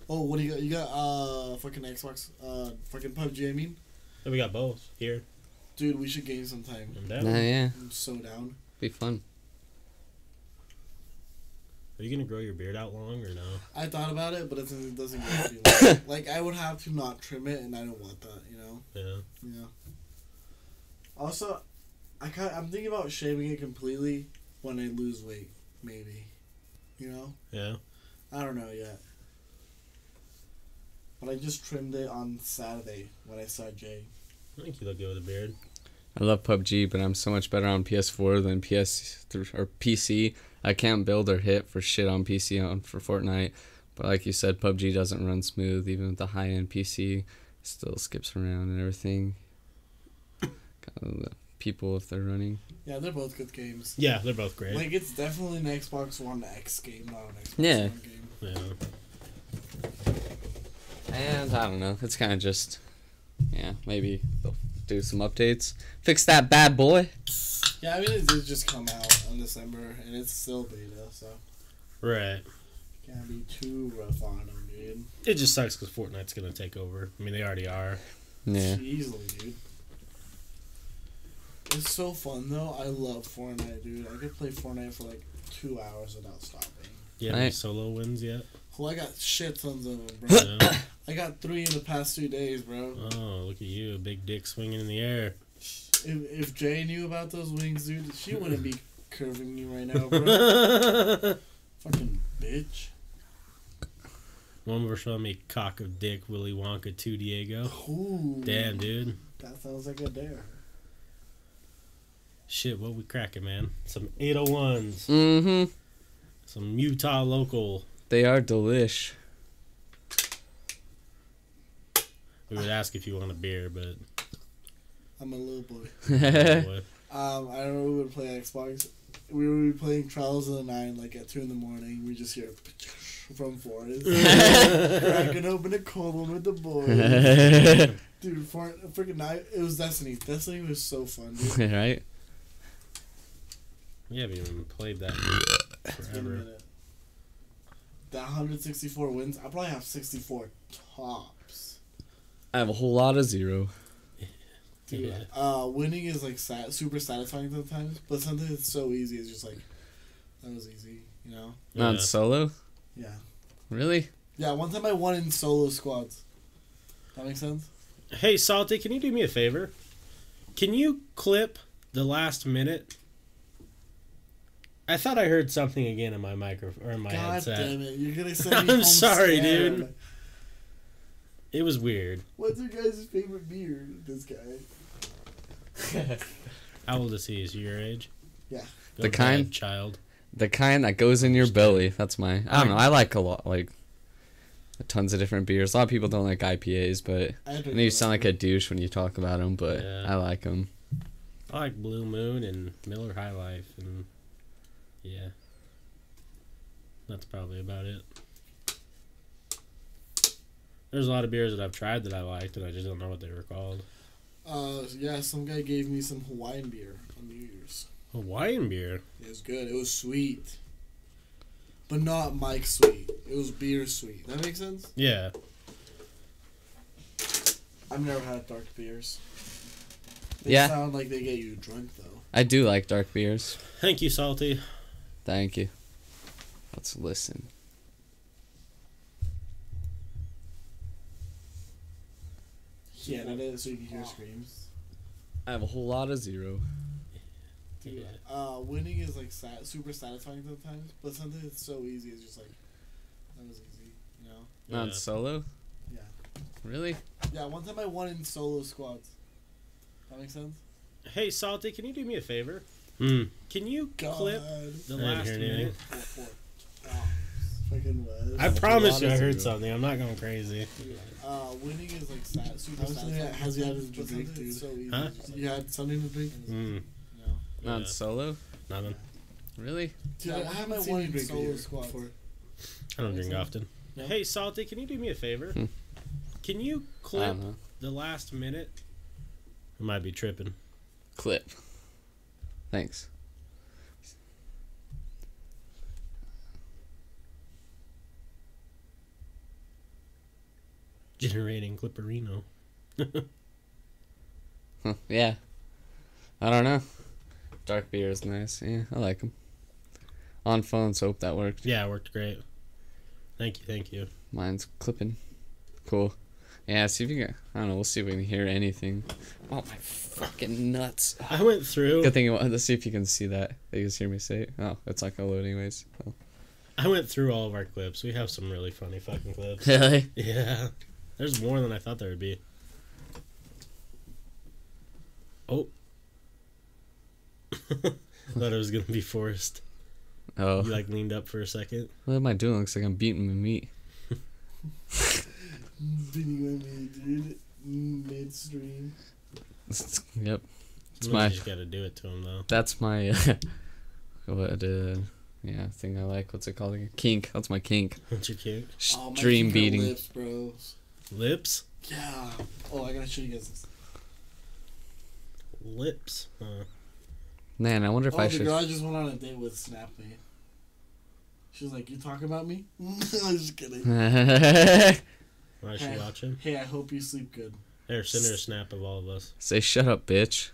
Speaker 2: Oh, what do you got? You got uh fucking Xbox, uh fucking PUBG. I mean,
Speaker 1: Oh, we got both here.
Speaker 2: dude, we should game sometime.
Speaker 1: I'm
Speaker 3: Mm. Nah,
Speaker 1: down.
Speaker 3: yeah,
Speaker 2: I'm so down.
Speaker 3: be fun.
Speaker 1: Are you gonna grow your beard out long or no?
Speaker 2: I thought about it, but it doesn't, it doesn't get me. like I would have to not trim it, and I don't want that. You know.
Speaker 1: Yeah.
Speaker 2: Yeah. Also, I kind I'm thinking about shaving it completely when I lose weight, maybe. You know,
Speaker 1: Yeah.
Speaker 2: I don't know yet. But I just trimmed it on Saturday when I saw Jay.
Speaker 1: I think you look good with a beard.
Speaker 3: I love PUBG, but I'm so much better on PS4 than PS or PC. I can't build or hit for shit on PC on for Fortnite. But like you said, PUBG doesn't run smooth even with the high end PC. It still skips around and everything. Kind of the people if they're running.
Speaker 2: Yeah, they're both good games.
Speaker 1: Yeah, they're both great.
Speaker 2: Like it's definitely an Xbox One X game, not an Xbox
Speaker 3: Yeah.
Speaker 2: One game.
Speaker 1: yeah.
Speaker 3: And I don't know. It's kind of just, yeah, maybe they'll do some updates. Fix that bad boy.
Speaker 2: Yeah, I mean it did just come out in December and it's still beta, so
Speaker 1: Right.
Speaker 2: can't be too rough on them, dude.
Speaker 1: It just sucks because Fortnite's gonna take over. I mean, they already are.
Speaker 3: Yeah.
Speaker 2: Easily, dude. It's so fun though. I love Fortnite, dude. I could play Fortnite for like two hours without stopping.
Speaker 1: Yeah.
Speaker 3: Right.
Speaker 1: Any solo wins yet?
Speaker 2: Well, I got shit tons of them, bro.
Speaker 1: No.
Speaker 2: I got three in the past two days, bro.
Speaker 1: Oh, look at you, a big dick swinging in the air.
Speaker 2: If, if Jay knew about those wings, dude, she wouldn't be curving me right now, bro.
Speaker 1: One
Speaker 2: Fucking bitch.
Speaker 1: were showing me cock of dick Willy Wonka 2 Diego.
Speaker 2: Ooh.
Speaker 1: Damn, dude.
Speaker 2: That sounds like a dare.
Speaker 1: Shit, what we cracking, man? Some 801s,
Speaker 3: Mm hmm.
Speaker 1: some Utah local.
Speaker 3: They are delish.
Speaker 1: We would ask if you want a beer, but
Speaker 2: I'm a little boy.
Speaker 1: oh,
Speaker 3: yeah.
Speaker 1: boy.
Speaker 2: Um, I remember we would play Xbox. We would be playing Trials of the Nine like at two in the morning. We just hear from Forrest. Cracking open a cold one with the boys. Dude, for, freaking night. It was Destiny. Destiny was so fun, dude.
Speaker 3: right?
Speaker 1: we haven't even played that
Speaker 2: It's been a
Speaker 1: forever.
Speaker 2: minute. That 164 wins, I probably have 64 tops.
Speaker 3: I have a whole lot of zero.
Speaker 2: Dude,
Speaker 1: Yeah.
Speaker 2: uh, winning is like sat- super satisfying sometimes, but something that's so easy is just like, that was easy, you know?
Speaker 3: Not
Speaker 1: Yeah.
Speaker 3: solo?
Speaker 2: Yeah.
Speaker 3: Really?
Speaker 2: Yeah, one time I won in solo squads. That makes sense?
Speaker 1: Hey, Salty, can you do me a favor? Can you clip the last minute? I thought I heard something again in my microphone or in my
Speaker 2: God
Speaker 1: headset.
Speaker 2: damn it. You're gonna send me
Speaker 1: I'm
Speaker 2: home
Speaker 1: sorry,
Speaker 2: scared.
Speaker 1: dude. It was weird.
Speaker 2: What's your guys' favorite beer? This guy.
Speaker 1: How old is he? Is he your age?
Speaker 2: Yeah.
Speaker 1: Go
Speaker 3: The
Speaker 1: bad,
Speaker 3: kind?
Speaker 1: child.
Speaker 3: The kind that goes in your belly. That's my. I don't know. I like a lot, like tons of different beers. A lot of people don't like IPAs, but
Speaker 2: I
Speaker 3: I
Speaker 2: don't
Speaker 3: know you sound like a douche when you talk about them. But
Speaker 1: Yeah.
Speaker 3: I like them.
Speaker 1: I like Blue Moon and Miller High Life, and yeah, that's probably about it. There's a lot of beers that I've tried that I liked, and I just don't know what they were called.
Speaker 2: Uh, yeah, some guy gave me some Hawaiian beer on New Year's.
Speaker 1: Hawaiian beer.
Speaker 2: It was good. It was sweet, but not Mike sweet. It was beer sweet. That makes sense.
Speaker 1: Yeah,
Speaker 2: I've never had dark beers. They
Speaker 3: Yeah.
Speaker 2: sound like they get you drunk though.
Speaker 3: I do like dark beers.
Speaker 1: thank you, Salty.
Speaker 3: Thank you. Let's listen.
Speaker 2: He edited it so you can hear screams.
Speaker 3: I have a whole lot of zero.
Speaker 2: Dude, uh, winning is like sat- super satisfying sometimes, but something that's so easy is just like that was easy, you know.
Speaker 1: Yeah.
Speaker 3: Not solo.
Speaker 2: Yeah.
Speaker 3: Really?
Speaker 2: Yeah, one time I won in solo squads. That makes sense.
Speaker 1: Hey, Salty, can you do me a favor? Hmm. Can you clip the
Speaker 2: God.
Speaker 1: last
Speaker 3: hear
Speaker 1: minute?
Speaker 2: Four, four. Oh. Fucking was.
Speaker 1: I promise you, I
Speaker 3: Pilates
Speaker 1: heard
Speaker 3: ago.
Speaker 1: something. I'm not going crazy.
Speaker 6: Uh, winning is like sad,
Speaker 2: I
Speaker 6: super
Speaker 2: was thinking that
Speaker 6: satisfying.
Speaker 2: has you had a
Speaker 6: But
Speaker 2: drink,
Speaker 6: something
Speaker 2: dude.
Speaker 6: that's so easy.
Speaker 1: Huh?
Speaker 6: Just like,
Speaker 2: You had something to drink?
Speaker 1: Mm,
Speaker 6: no.
Speaker 3: Not
Speaker 1: Yeah.
Speaker 3: solo?
Speaker 1: nothing.
Speaker 3: Really?
Speaker 2: Dude,
Speaker 6: Yeah,
Speaker 2: I
Speaker 6: I
Speaker 2: had my
Speaker 6: haven't seen
Speaker 2: one
Speaker 6: you in
Speaker 2: drink a
Speaker 6: solo
Speaker 2: year
Speaker 6: squads.
Speaker 2: before.
Speaker 1: I don't drink
Speaker 2: Awesome.
Speaker 1: often.
Speaker 2: No?
Speaker 1: Hey, Salty, can you do me a favor?
Speaker 3: Hmm. Um,
Speaker 1: Can you
Speaker 3: I
Speaker 1: clip
Speaker 3: don't know.
Speaker 1: the last minute? I might be tripping.
Speaker 3: Clip. Thanks.
Speaker 1: Generating Clipperino.
Speaker 3: Huh, yeah. I don't know. Dark beer is nice. Yeah, I like them. On phones, hope that worked.
Speaker 1: Yeah, it worked great. Thank you, thank you.
Speaker 3: Mine's clipping. Cool. Yeah, see if you can. I don't know. We'll see if we can hear anything. Oh my fucking nuts!
Speaker 1: I went through.
Speaker 3: Good thing. it wa- Let's see if you can see that. You can hear me say it. Oh, it's not gonna load anyways. Oh.
Speaker 1: I went through all of our clips. We have some really funny fucking clips.
Speaker 3: Really?
Speaker 1: yeah, there's more than I thought there would be. Oh, thought it was gonna be forced.
Speaker 3: Oh.
Speaker 1: You like leaned up for a second.
Speaker 3: What am I doing? Looks like I'm beating my meat.
Speaker 2: Beating with me, dude. Midstream.
Speaker 3: yep. It's
Speaker 1: Really
Speaker 3: my-
Speaker 1: just gotta do it to him though.
Speaker 3: That's my. what? Uh, yeah, thing I like. What's it called again? Kink. That's my kink.
Speaker 1: Don't you cute?
Speaker 3: Sh-
Speaker 2: Oh, my
Speaker 3: Dream
Speaker 2: finger
Speaker 3: beating.
Speaker 2: Lips, bro.
Speaker 1: Lips,
Speaker 2: Yeah. Oh, I gotta show you guys this.
Speaker 1: lips. Huh.
Speaker 3: Man, I wonder if
Speaker 2: oh,
Speaker 3: I
Speaker 2: the
Speaker 3: should.
Speaker 2: girl I just went on a date with snapped me. She was like, "You talking about me?" I'm just kidding.
Speaker 1: Why is she
Speaker 2: Hey.
Speaker 1: watching?
Speaker 2: hey, I hope you sleep good.
Speaker 1: There, send her a snap of all of us.
Speaker 3: Say shut up, bitch.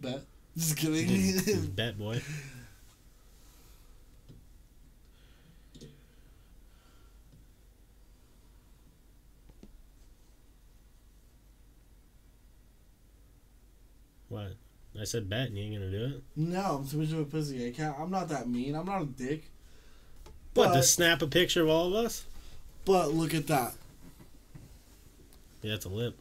Speaker 2: Bet. Just kidding.
Speaker 1: Bet boy. What? I said bet and you ain't gonna do it?
Speaker 2: no, I'm too much of a pussy. I can't. I'm not that mean. I'm not a dick.
Speaker 1: What, to
Speaker 2: But-
Speaker 1: snap a picture of all of us?
Speaker 2: But look at that.
Speaker 1: Yeah, it's a lip.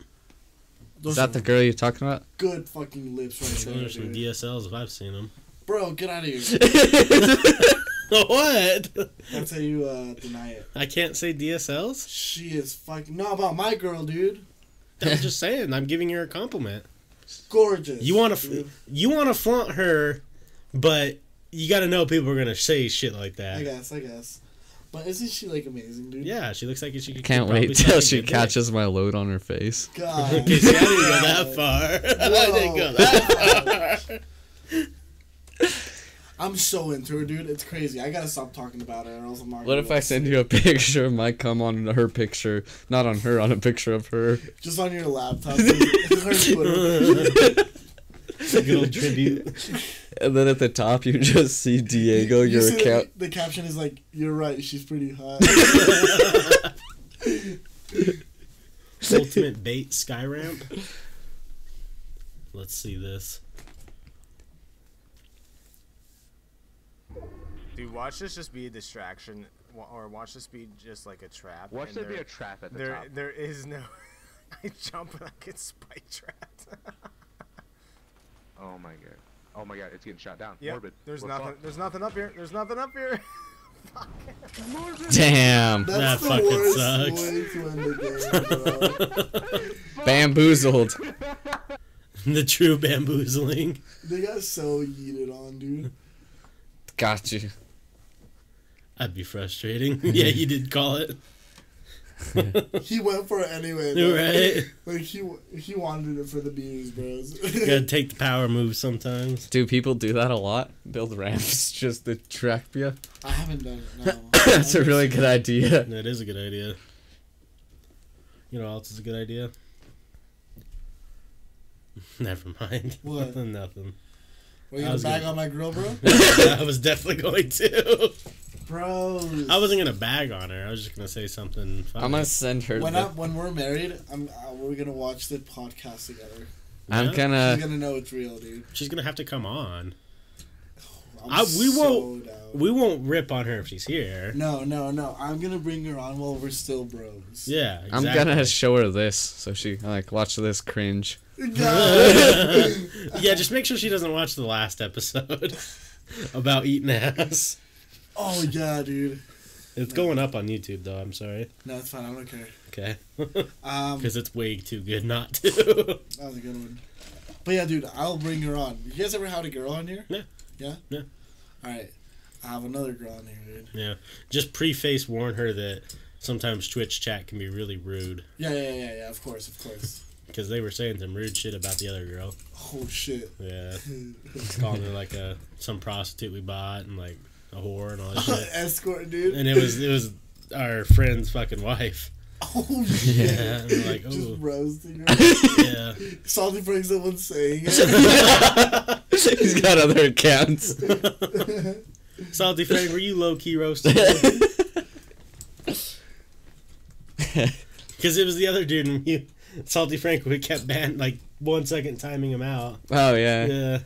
Speaker 2: Those
Speaker 3: Is that
Speaker 2: are
Speaker 3: the girl you're talking about?
Speaker 2: good fucking lips right there,
Speaker 1: Those are some
Speaker 2: dude.
Speaker 1: DSLs if I've seen them.
Speaker 2: Bro, get out of here.
Speaker 1: what?
Speaker 2: That's how you uh, deny it.
Speaker 1: I can't say DSLs?
Speaker 2: She is fucking not about my girl, dude.
Speaker 1: I'm just saying, I'm giving her a compliment.
Speaker 2: Gorgeous.
Speaker 1: You want to
Speaker 2: dude.
Speaker 1: you want to flaunt her, but you got to know people are gonna say shit like that.
Speaker 2: I guess. I guess. But isn't she like amazing, dude?
Speaker 1: Yeah, she looks like she could.
Speaker 3: Can't
Speaker 1: probably
Speaker 3: wait
Speaker 1: suck
Speaker 3: till
Speaker 1: a
Speaker 3: she
Speaker 1: good
Speaker 3: catches my load on her face.
Speaker 2: God.
Speaker 1: dick. Okay, see, I didn't go that far. I didn't go that far.
Speaker 2: I'm so into her, dude. It's crazy. I gotta stop talking about her, or else I'm not.
Speaker 3: What if I send you a picture of my cum on her picture? Not on her, on a picture of her.
Speaker 2: just on your laptop? dude. Her Twitter.
Speaker 1: Good old tribute.
Speaker 3: And then at the top, you just see
Speaker 2: You
Speaker 3: Diego, Oh, your
Speaker 2: see the-
Speaker 3: account.
Speaker 2: The, caption is like, "You're right. She's pretty hot."
Speaker 1: Ultimate bait sky ramp. Let's see this.
Speaker 5: Dude, watch this just be a distraction, wa- or watch this be just like a trap.
Speaker 4: Watch
Speaker 5: and
Speaker 4: there be
Speaker 5: there-
Speaker 4: a trap at the
Speaker 5: there,
Speaker 4: top.
Speaker 5: there is no. I jump and I get spike trapped.
Speaker 4: Oh my god. Oh my god, it's getting shot down.
Speaker 5: yep.
Speaker 4: Morbid.
Speaker 5: There's
Speaker 4: We're
Speaker 5: nothing.
Speaker 4: fucked.
Speaker 5: There's nothing up here. There's nothing up here.
Speaker 3: Damn.
Speaker 1: That
Speaker 2: That's the
Speaker 1: fucking
Speaker 2: worst
Speaker 1: sucks.
Speaker 2: way to end the game, bro.
Speaker 3: Bamboozled.
Speaker 1: The true bamboozling.
Speaker 2: they got so yeeted on, dude.
Speaker 3: Got you.
Speaker 1: That'd be frustrating. yeah, you did call it.
Speaker 2: He went for it anyway.
Speaker 1: You
Speaker 2: though.
Speaker 1: right.
Speaker 2: Like he wa- he wanted it for the beers, bros.
Speaker 1: Gotta take the power move sometimes.
Speaker 3: Do people do that a lot? Build ramps just to trap you?
Speaker 2: I haven't done it. No.
Speaker 3: That's a really good idea.
Speaker 1: That is a good idea. You know what else is a good idea? Never mind.
Speaker 2: What?
Speaker 1: Nothing, nothing.
Speaker 2: Were
Speaker 1: I
Speaker 2: you gonna
Speaker 1: was
Speaker 2: bag
Speaker 1: gonna-
Speaker 2: on my girl, bro?
Speaker 1: I was definitely going to.
Speaker 2: Bros.
Speaker 1: I wasn't gonna bag on her. I was just gonna say something. Funny.
Speaker 3: I'm gonna send her.
Speaker 2: When
Speaker 3: the-
Speaker 2: I, when we're married, I'm uh, we're gonna watch the podcast together.
Speaker 3: I'm
Speaker 1: Yeah.
Speaker 3: gonna.
Speaker 2: She's gonna know it's real, dude.
Speaker 1: She's gonna have to come on.
Speaker 2: I'm
Speaker 1: I- we
Speaker 2: so
Speaker 1: won't-
Speaker 2: down.
Speaker 1: We won't rip on her if she's here.
Speaker 2: No, no, no. I'm gonna bring her on while we're still bros.
Speaker 1: Yeah,
Speaker 3: I'm
Speaker 1: exactly.
Speaker 3: gonna show her this so she like watch this cringe.
Speaker 2: God.
Speaker 1: yeah, just make sure she doesn't watch the last episode. about eating ass.
Speaker 2: Oh yeah, dude.
Speaker 1: It's going up on YouTube though. I'm sorry.
Speaker 2: No, it's fine. I don't care.
Speaker 1: Okay,
Speaker 2: Um,
Speaker 1: because it's way too good not to.
Speaker 2: that was a good one. But yeah, dude, I'll bring her on. You guys ever had a girl on here?
Speaker 1: Yeah.
Speaker 2: Yeah.
Speaker 1: Yeah.
Speaker 2: All right. I have another girl on here, dude.
Speaker 1: yeah, just preface warn her that sometimes Twitch chat can be really rude
Speaker 2: Yeah, yeah, yeah, yeah. Of course, of course.
Speaker 1: because they were saying some rude shit about the other girl.
Speaker 2: oh shit.
Speaker 1: Yeah, calling her like a some prostitute we bought and like a whore and all that shit.
Speaker 2: Escort, dude.
Speaker 1: and it was it was our friend's fucking wife.
Speaker 2: Oh shit.
Speaker 1: Yeah, and we're like
Speaker 2: Just
Speaker 1: ooh,
Speaker 2: roasting her.
Speaker 1: yeah.
Speaker 2: Salty brings up one saying it.
Speaker 3: He's got other accounts.
Speaker 1: Salty Frank, were you low key roasted? Because it was the other dude, and you, Salty Frank, we kept ban like one second timing him out.
Speaker 3: Oh yeah.
Speaker 1: Yeah.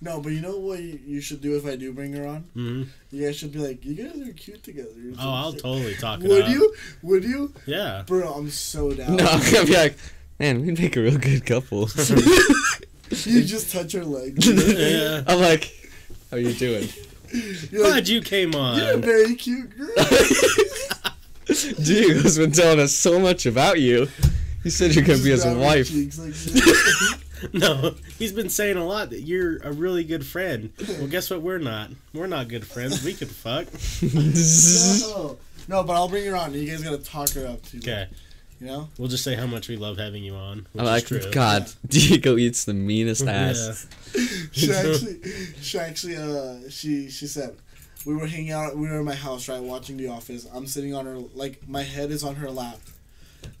Speaker 2: No, but you know what you, you should do if I do bring her on?
Speaker 1: hmm
Speaker 2: You guys should be like, you guys are cute together. or some
Speaker 1: Oh, I'll
Speaker 2: shit.
Speaker 1: totally talk it
Speaker 2: Would
Speaker 1: up.
Speaker 2: you? Would you?
Speaker 1: Yeah.
Speaker 2: Bro, I'm so down.
Speaker 3: No, I'm gonna be like, man, we'd make a real good couple.
Speaker 2: You just touch her leg.
Speaker 1: Yeah.
Speaker 3: I'm like, how you doing?
Speaker 2: You're like,
Speaker 1: Glad you came
Speaker 2: you're a
Speaker 1: on.
Speaker 2: very cute girl.
Speaker 3: Dude, has been telling us so much about you. You said you're gonna be his
Speaker 2: Grab her
Speaker 3: wife.
Speaker 2: cheeks like this.
Speaker 1: No, he's been saying a lot that you're a really good friend. Well, guess what? We're not. We're not good friends. We could fuck.
Speaker 2: no. no, but I'll bring her on. You guys gotta talk her up too.
Speaker 1: Okay.
Speaker 2: You know?
Speaker 1: We'll just say how much we love having you on. Which
Speaker 3: I'm
Speaker 1: is
Speaker 3: like,
Speaker 1: true.
Speaker 3: God, Diego eats the meanest
Speaker 1: Yeah.
Speaker 3: ass.
Speaker 2: She actually, she actually, uh, she she said, we were hanging out. We were in my house, right, watching The Office. I'm sitting on her, like my head is on her lap.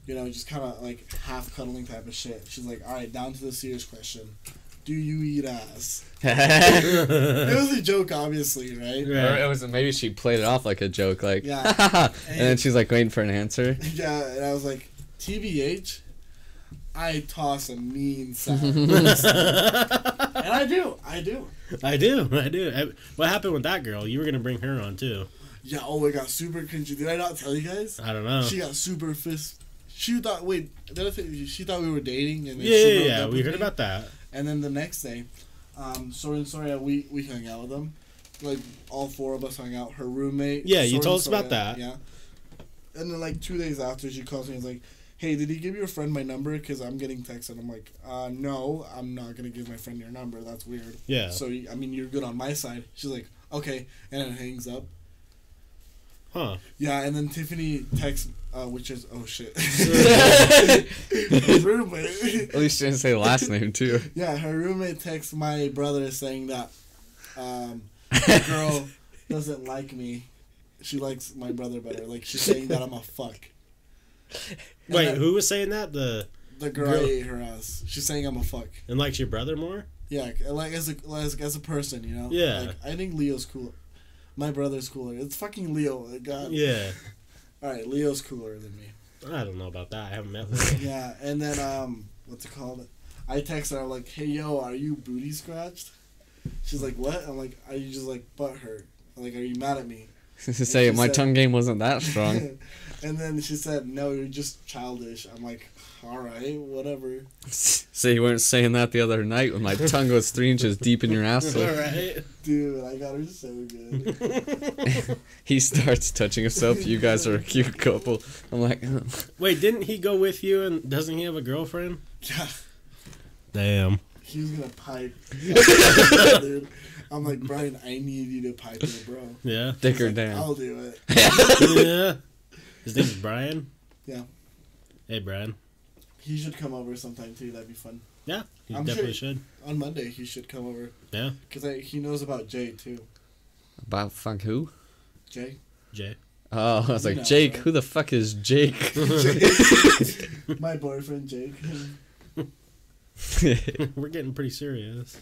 Speaker 2: You know, just kind of like half cuddling type of shit. She's like, all right, down to the serious question. Do you eat ass? It was a joke, obviously, right?
Speaker 3: Or
Speaker 1: Right.
Speaker 3: it was maybe she played it off like a joke, like,
Speaker 2: Yeah.
Speaker 3: and then she's like waiting for an answer.
Speaker 2: Yeah, and I was like, TBH, I toss a mean sound. and I do, I do.
Speaker 1: I do, I do. I, what happened with that girl? You were gonna bring her on too.
Speaker 2: Yeah, oh, it got super cringy. Did I not tell you guys?
Speaker 1: I don't know.
Speaker 2: She got super fist. She thought, wait, did I tell you- she thought we were dating, and then
Speaker 1: yeah,
Speaker 2: she
Speaker 1: yeah,
Speaker 2: broke
Speaker 1: yeah.
Speaker 2: up
Speaker 1: We
Speaker 2: with
Speaker 1: heard
Speaker 2: me.
Speaker 1: about that.
Speaker 2: And then the next day, um, Soren Soria, we we hung out with them, like all four of us hung out. Her roommate.
Speaker 1: Yeah, you
Speaker 2: Soren
Speaker 1: told us about
Speaker 2: Soria,
Speaker 1: that.
Speaker 2: Yeah. And then like two days after, she calls me and is like, "Hey, did you give your friend my number? Cause I'm getting texts." And I'm like, "Uh, no, I'm not gonna give my friend your number. That's weird."
Speaker 1: Yeah.
Speaker 2: So y- I mean, you're good on my side. She's like, "Okay," and then hangs up.
Speaker 1: Huh.
Speaker 2: Yeah, and then Tiffany texts, uh, which is oh shit. roommate.
Speaker 3: At least she didn't say the last name too.
Speaker 2: Yeah, her roommate texts my brother saying that um, the girl doesn't like me. She likes my brother better. Like she's saying that I'm a fuck. And
Speaker 1: Wait,
Speaker 2: that-
Speaker 1: who was saying that? The
Speaker 2: The girl,
Speaker 1: Girl.
Speaker 2: I ate her ass. She's saying I'm a fuck.
Speaker 1: and likes your brother more?
Speaker 2: Yeah, like as a as, as a person, you know.
Speaker 1: Yeah.
Speaker 2: Like, I think Leo's cool. My brother's cooler. It's fucking Leo. like, God.
Speaker 1: Yeah.
Speaker 2: All right, Leo's cooler than me.
Speaker 1: I don't know about that. I haven't met her.
Speaker 2: Yeah, and then um, what's it called? I text her I'm like, "Hey yo, are you booty scratched?" She's like, "What?" I'm like, "Are you just like butt hurt? Like, are you mad at me?"
Speaker 3: say my
Speaker 2: said-
Speaker 3: tongue game wasn't that strong.
Speaker 2: and then she said, "No, you're just childish." I'm like, "All right, whatever."
Speaker 3: Say you weren't saying that the other night when my tongue was three inches deep in your
Speaker 1: All
Speaker 3: asshole.
Speaker 1: right.
Speaker 2: Dude, I got her so good.
Speaker 3: He starts touching himself. You guys are a cute couple. I'm like,
Speaker 1: Wait, didn't he go with you? And doesn't he have a girlfriend?
Speaker 2: Yeah,
Speaker 1: Damn.
Speaker 2: he was gonna pipe. Dude, I'm like, Brian, I need you to pipe it, bro.
Speaker 1: Yeah.
Speaker 3: dick or
Speaker 1: Oh.
Speaker 2: Like,
Speaker 3: damn.
Speaker 2: I'll do it.
Speaker 1: yeah. His name's Brian.
Speaker 2: Yeah.
Speaker 1: Hey, Brian.
Speaker 2: He should come over sometime too. That'd be fun.
Speaker 1: Yeah. You
Speaker 2: I'm
Speaker 1: definitely
Speaker 2: sure-
Speaker 1: should.
Speaker 2: On Monday, he should come over.
Speaker 1: Yeah.
Speaker 2: Cause I, he knows about Jay too.
Speaker 3: About fuck who?
Speaker 2: Jay.
Speaker 1: Jay.
Speaker 3: Oh, I was
Speaker 2: You
Speaker 3: like,
Speaker 2: know,
Speaker 3: Jake,
Speaker 2: right?
Speaker 3: who the fuck is Jake?
Speaker 2: My boyfriend Jake.
Speaker 1: We're getting pretty serious.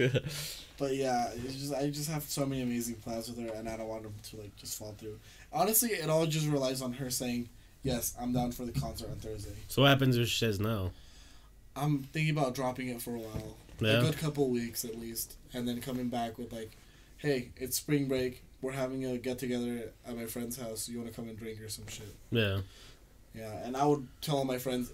Speaker 2: but yeah, it's just I just have so many amazing plans with her, and I don't want them to like just fall through. Honestly, it all just relies on her saying, "Yes, I'm down for the concert on Thursday."
Speaker 1: So what happens if she says no?
Speaker 2: I'm thinking about dropping it for a while,
Speaker 1: Yeah.
Speaker 2: a good couple weeks at least, and then coming back with like, "Hey, it's spring break. We're having a get together at my friend's house. You want to come and drink or some shit?"
Speaker 1: Yeah.
Speaker 2: Yeah, and I would tell all my friends,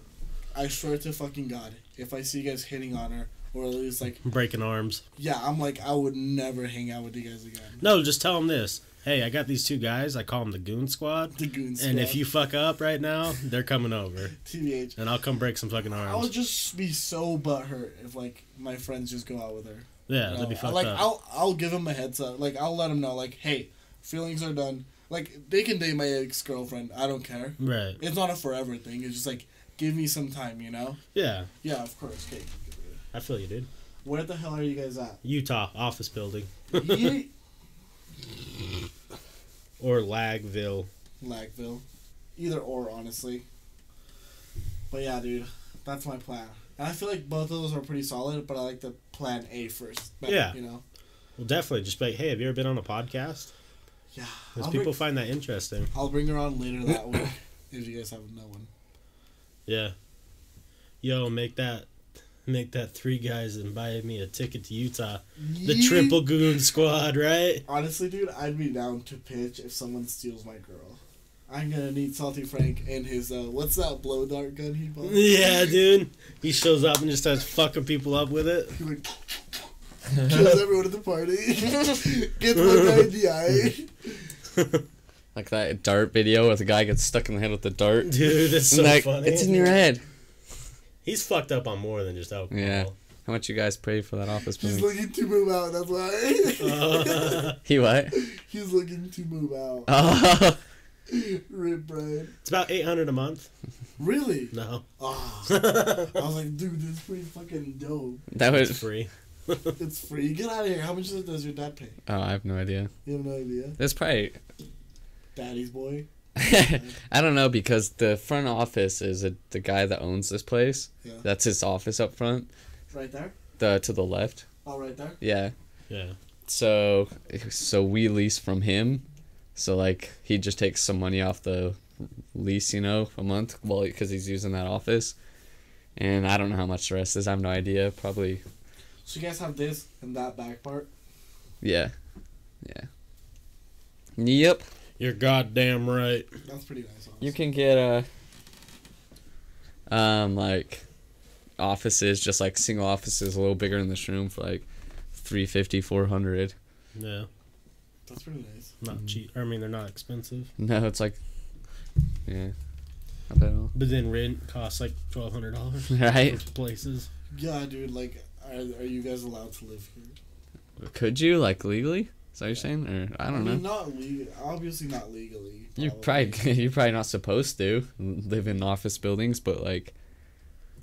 Speaker 2: I swear to fucking God, if I see you guys hitting on her, or at least like
Speaker 1: breaking arms.
Speaker 2: yeah, I'm like I would never hang out with you guys again.
Speaker 1: No, just tell them this. Hey, I got these two guys. I call them the Goon Squad.
Speaker 2: The goon squad.
Speaker 1: And if you fuck up right now, they're coming over,
Speaker 2: TBH,
Speaker 1: and I'll come break some fucking
Speaker 2: I would
Speaker 1: arms.
Speaker 2: just be so butthurt if like my friends just go out with her.
Speaker 1: Yeah,
Speaker 2: No,
Speaker 1: they'll be
Speaker 2: I-
Speaker 1: fucked
Speaker 2: like
Speaker 1: up.
Speaker 2: I'll I'll give them a heads up. Like I'll let them know. Like hey, feelings are done. Like they can date my ex girlfriend. I don't care.
Speaker 1: Right?
Speaker 2: It's not a forever thing. It's just like give me some time. You know.
Speaker 1: Yeah,
Speaker 2: Yeah, of course. Okay.
Speaker 1: I feel you, dude.
Speaker 2: Where the hell are you guys at?
Speaker 1: Utah office building
Speaker 2: Ye-
Speaker 1: or Lagville.
Speaker 2: Lagville. Either or, honestly. But yeah, dude, that's my plan. And I feel like both of those are pretty solid, but I like the plan A first. better,
Speaker 1: Yeah.
Speaker 2: You know?
Speaker 1: Well, definitely. Just be like, hey, have you ever been on a podcast?
Speaker 2: Yeah.
Speaker 1: Because
Speaker 2: I'll
Speaker 1: people
Speaker 2: bring,
Speaker 1: find that interesting.
Speaker 2: I'll bring her on later that week if you guys have no one.
Speaker 1: Yeah. Yo, make that, make that three guys and buy me a ticket to Utah. The
Speaker 2: Ye-
Speaker 1: triple goon squad, right?
Speaker 2: Honestly, dude, I'd be down to pitch if someone steals my girl. I'm gonna need Salty Frank and his, uh, what's that blow dart gun he bought?
Speaker 1: Yeah, dude. He shows up and just starts fucking people up with it.
Speaker 2: He like kills everyone at the party. Gets one guy in the eye.
Speaker 3: Like that dart video where the guy gets stuck in the head with the dart.
Speaker 1: Dude, that's so
Speaker 3: And like,
Speaker 1: funny.
Speaker 3: It's in your head.
Speaker 1: He's fucked up on more than just alcohol.
Speaker 3: Yeah. How much you guys paid for that office
Speaker 2: He's
Speaker 3: building?
Speaker 2: looking to move out. That's
Speaker 1: Uh,
Speaker 2: why
Speaker 1: it's
Speaker 3: He what?
Speaker 2: he's looking to move out.
Speaker 3: Oh,
Speaker 2: Rip Brian.
Speaker 1: about 800 a month.
Speaker 2: Really?
Speaker 1: No.
Speaker 2: Ah,
Speaker 1: it's
Speaker 2: I was like, dude, this is pretty fucking dope.
Speaker 3: that was.
Speaker 1: free.
Speaker 2: It's free. Get out of here. How much does your dad pay?
Speaker 3: Oh, I have no idea.
Speaker 2: You have no idea.
Speaker 3: That's probably.
Speaker 2: Daddy's boy.
Speaker 3: I don't know because the front office is a, the guy that owns this place.
Speaker 2: Yeah.
Speaker 3: That's his office up front.
Speaker 2: Right there.
Speaker 3: The to the left.
Speaker 2: Oh, right there.
Speaker 3: Yeah.
Speaker 1: Yeah.
Speaker 3: So so we lease from him. So like he just takes some money off the lease, you know, a month well because he's using that office. And I don't know how much the rest is. I have no idea. Probably
Speaker 2: So you guys have this and that back part.
Speaker 3: yeah. Yeah. Yep.
Speaker 1: You're goddamn right.
Speaker 2: That's pretty nice. Honestly.
Speaker 3: You can get a um like offices just like single offices a little bigger in this room for like 350 400
Speaker 1: Yeah. Mm-hmm.
Speaker 2: That's pretty nice.
Speaker 1: Not cheap. I mean, they're not expensive.
Speaker 3: no it's like yeah not bad at all
Speaker 1: But then rent costs like $1,200
Speaker 3: right
Speaker 1: for places.
Speaker 2: Yeah, dude. Like, are, are you guys allowed to live here?
Speaker 3: could you like legally is that what you're saying or i don't
Speaker 2: mean,
Speaker 3: know
Speaker 2: Not legal. Obviously, not legally.
Speaker 3: you're probably you're probably not supposed to live in office buildings but like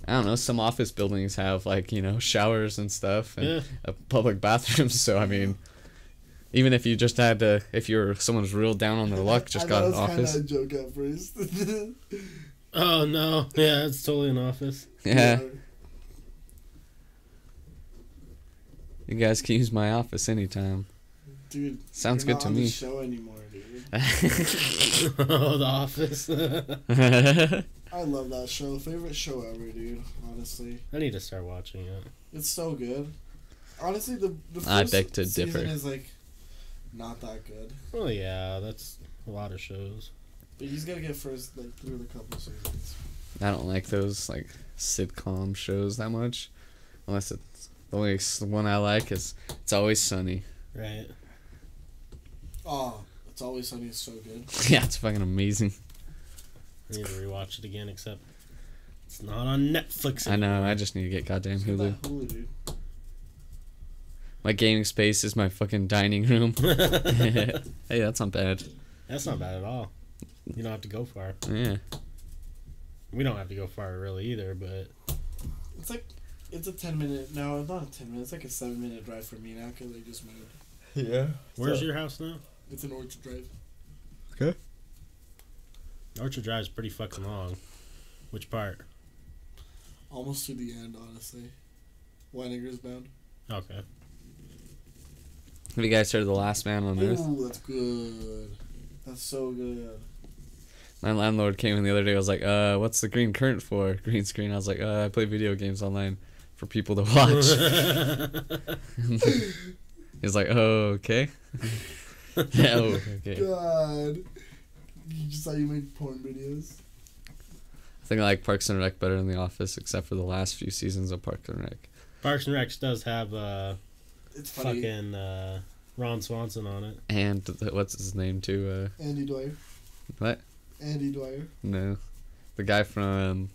Speaker 3: I don't know. Some office buildings have like you know showers and stuff, and
Speaker 1: Yeah.
Speaker 3: a public bathroom. So I mean, even if you just had to, if you're someone's real down on their luck, just
Speaker 2: I
Speaker 3: got
Speaker 2: thought
Speaker 3: an
Speaker 2: it was kinda
Speaker 3: office.
Speaker 2: a joke at first.
Speaker 1: Oh, no. Yeah, it's totally an office.
Speaker 3: yeah, you guys can use my office anytime.
Speaker 2: dude.
Speaker 3: Sounds
Speaker 2: you're not
Speaker 3: good to
Speaker 2: on
Speaker 3: me.
Speaker 2: The show anymore, dude.
Speaker 1: oh, the office. I
Speaker 3: That's
Speaker 2: I love that show. Favorite show ever, dude. Honestly,
Speaker 1: need to start watching it.
Speaker 2: it's so good. Honestly, the the first
Speaker 3: I beg to
Speaker 2: season
Speaker 3: differ.
Speaker 2: is like not that good,
Speaker 1: Oh, yeah. That's a lot of shows.
Speaker 2: but you just gotta get first like through the couple seasons.
Speaker 3: I don't like those like sitcom shows that much, unless it's the only s- one I like is it's always sunny.
Speaker 1: Right.
Speaker 2: Oh, it's always sunny. It's so good.
Speaker 3: yeah, it's fucking amazing.
Speaker 1: I need to rewatch it again, except it's not on Netflix.
Speaker 3: I know. I just need to get goddamn
Speaker 2: Look
Speaker 3: Hulu.
Speaker 2: at that Hulu, dude.
Speaker 3: My gaming space is my fucking dining room. hey,
Speaker 1: anymore.
Speaker 3: that's not bad.
Speaker 1: That's not bad at all. You don't have to go far.
Speaker 3: Yeah.
Speaker 1: We don't have to go far really either, but
Speaker 2: It's like it's a ten minute. No, not a ten minute. It's like a seven minute drive for me now because I just moved.
Speaker 3: Yeah.
Speaker 1: where's your house now?
Speaker 2: It's an Orchard Drive.
Speaker 1: Orchard Drive's pretty fucking long. Which part?
Speaker 2: Almost to the end, honestly. Weininger's bound.
Speaker 1: Okay.
Speaker 3: Have you guys heard of The Last Man on Earth?
Speaker 2: Ooh, that's good. That's so good.
Speaker 3: My landlord came in the other day. I was like, "Uh, what's the green current for?" Green screen. I was like, "Uh, I play video games online for people to watch." He's like, "Oh, okay." yeah, oh, okay.
Speaker 2: God. You just how you make porn videos.
Speaker 3: I think I like Parks and Rec better than The Office, except for the last few seasons of Parks and Rec.
Speaker 1: Parks and Recs does have uh,
Speaker 2: It's funny.
Speaker 1: fucking uh, Ron Swanson on it.
Speaker 3: And the, what's his name too? Uh,
Speaker 2: Andy Dwyer.
Speaker 3: what?
Speaker 2: Andy Dwyer.
Speaker 3: No, the guy from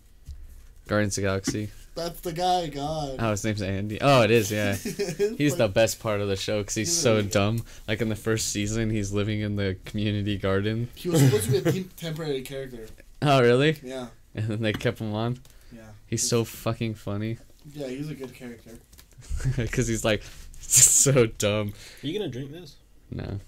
Speaker 3: Guardians of the Galaxy.
Speaker 2: That's the guy. God.
Speaker 3: Oh, his name's Andy. Oh, it is. Yeah. He's the
Speaker 2: Like,
Speaker 3: best part of the show because he's
Speaker 2: He's
Speaker 3: so
Speaker 2: really good.
Speaker 3: dumb. Like in the first season, he's living in the community garden.
Speaker 2: He was supposed to be a tem- temporary character.
Speaker 3: Oh, really?
Speaker 2: Yeah.
Speaker 3: And then they kept him on.
Speaker 2: Yeah.
Speaker 3: He's so fucking funny
Speaker 2: Yeah, he's a good character.
Speaker 3: because he's like so dumb.
Speaker 1: Are you gonna drink this?
Speaker 3: No.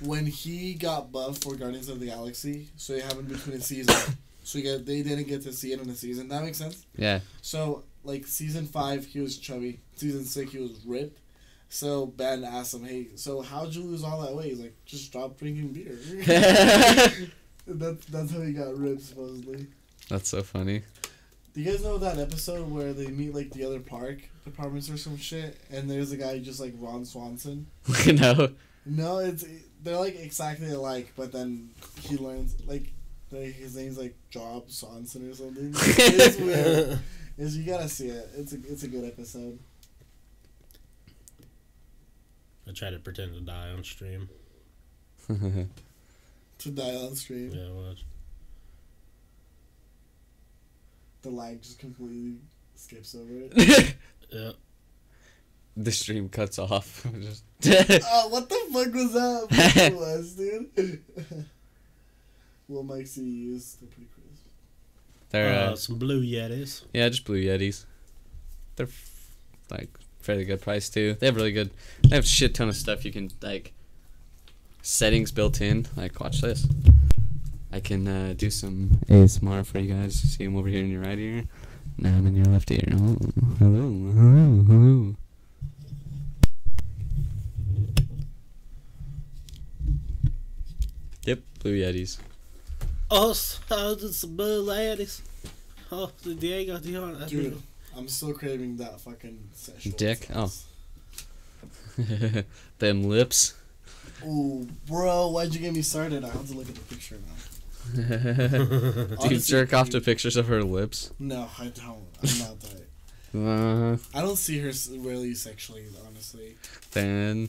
Speaker 2: When he got buffed for Guardians of the Galaxy, so it happened between seasons. so you get, they didn't get to see it in a season. That makes sense.
Speaker 3: Yeah.
Speaker 2: So like season five, he was chubby. Season six, he was ripped. So Ben asked him, "Hey, so how'd you lose all that weight?" He's like, "Just stop drinking beer." that's that's how he got ripped supposedly.
Speaker 3: That's so funny.
Speaker 2: Do you guys know that episode where they meet like the other park departments or some shit, and there's a guy just like Ron Swanson?
Speaker 3: you know.
Speaker 2: No, it's they're like exactly alike, but then he learns like like, his name's like Job Swanson or something. It's weird. It's, you gotta see it. It's a it's a good episode.
Speaker 1: I try to pretend to die on stream.
Speaker 2: To die on stream,
Speaker 1: Yeah, watch.
Speaker 2: the lag just completely skips over it.
Speaker 3: the
Speaker 1: Yeah.
Speaker 3: stream cuts off. Just
Speaker 2: Oh, what the fuck was that? What was, dude? Little Mike C used they're pretty crisp.
Speaker 3: they're uh,
Speaker 1: Uh, some blue Yetis.
Speaker 3: yeah, just blue yetis. They're f- like fairly good price too. They have really good. They have shit ton of stuff you can like settings built in. Like watch this. I can uh, do some ASMR for you guys. See them over here in your right ear. Now I'm in your left ear. Oh, hello, hello, hello. Yep, blue yetis.
Speaker 1: Oh, so some blue Yetis. Oh, the Diego Dion.
Speaker 2: Dude, I'm still craving that fucking session.
Speaker 3: Dick? Them lips.
Speaker 2: Ooh, bro, why'd you get me started? I have to look at the picture now.
Speaker 3: Do you
Speaker 2: Honestly,
Speaker 3: jerk off to
Speaker 2: dude.
Speaker 3: pictures of her lips?
Speaker 2: No, I don't. I'm not that.
Speaker 3: Uh,
Speaker 2: I don't see her s- really sexually, honestly.
Speaker 3: then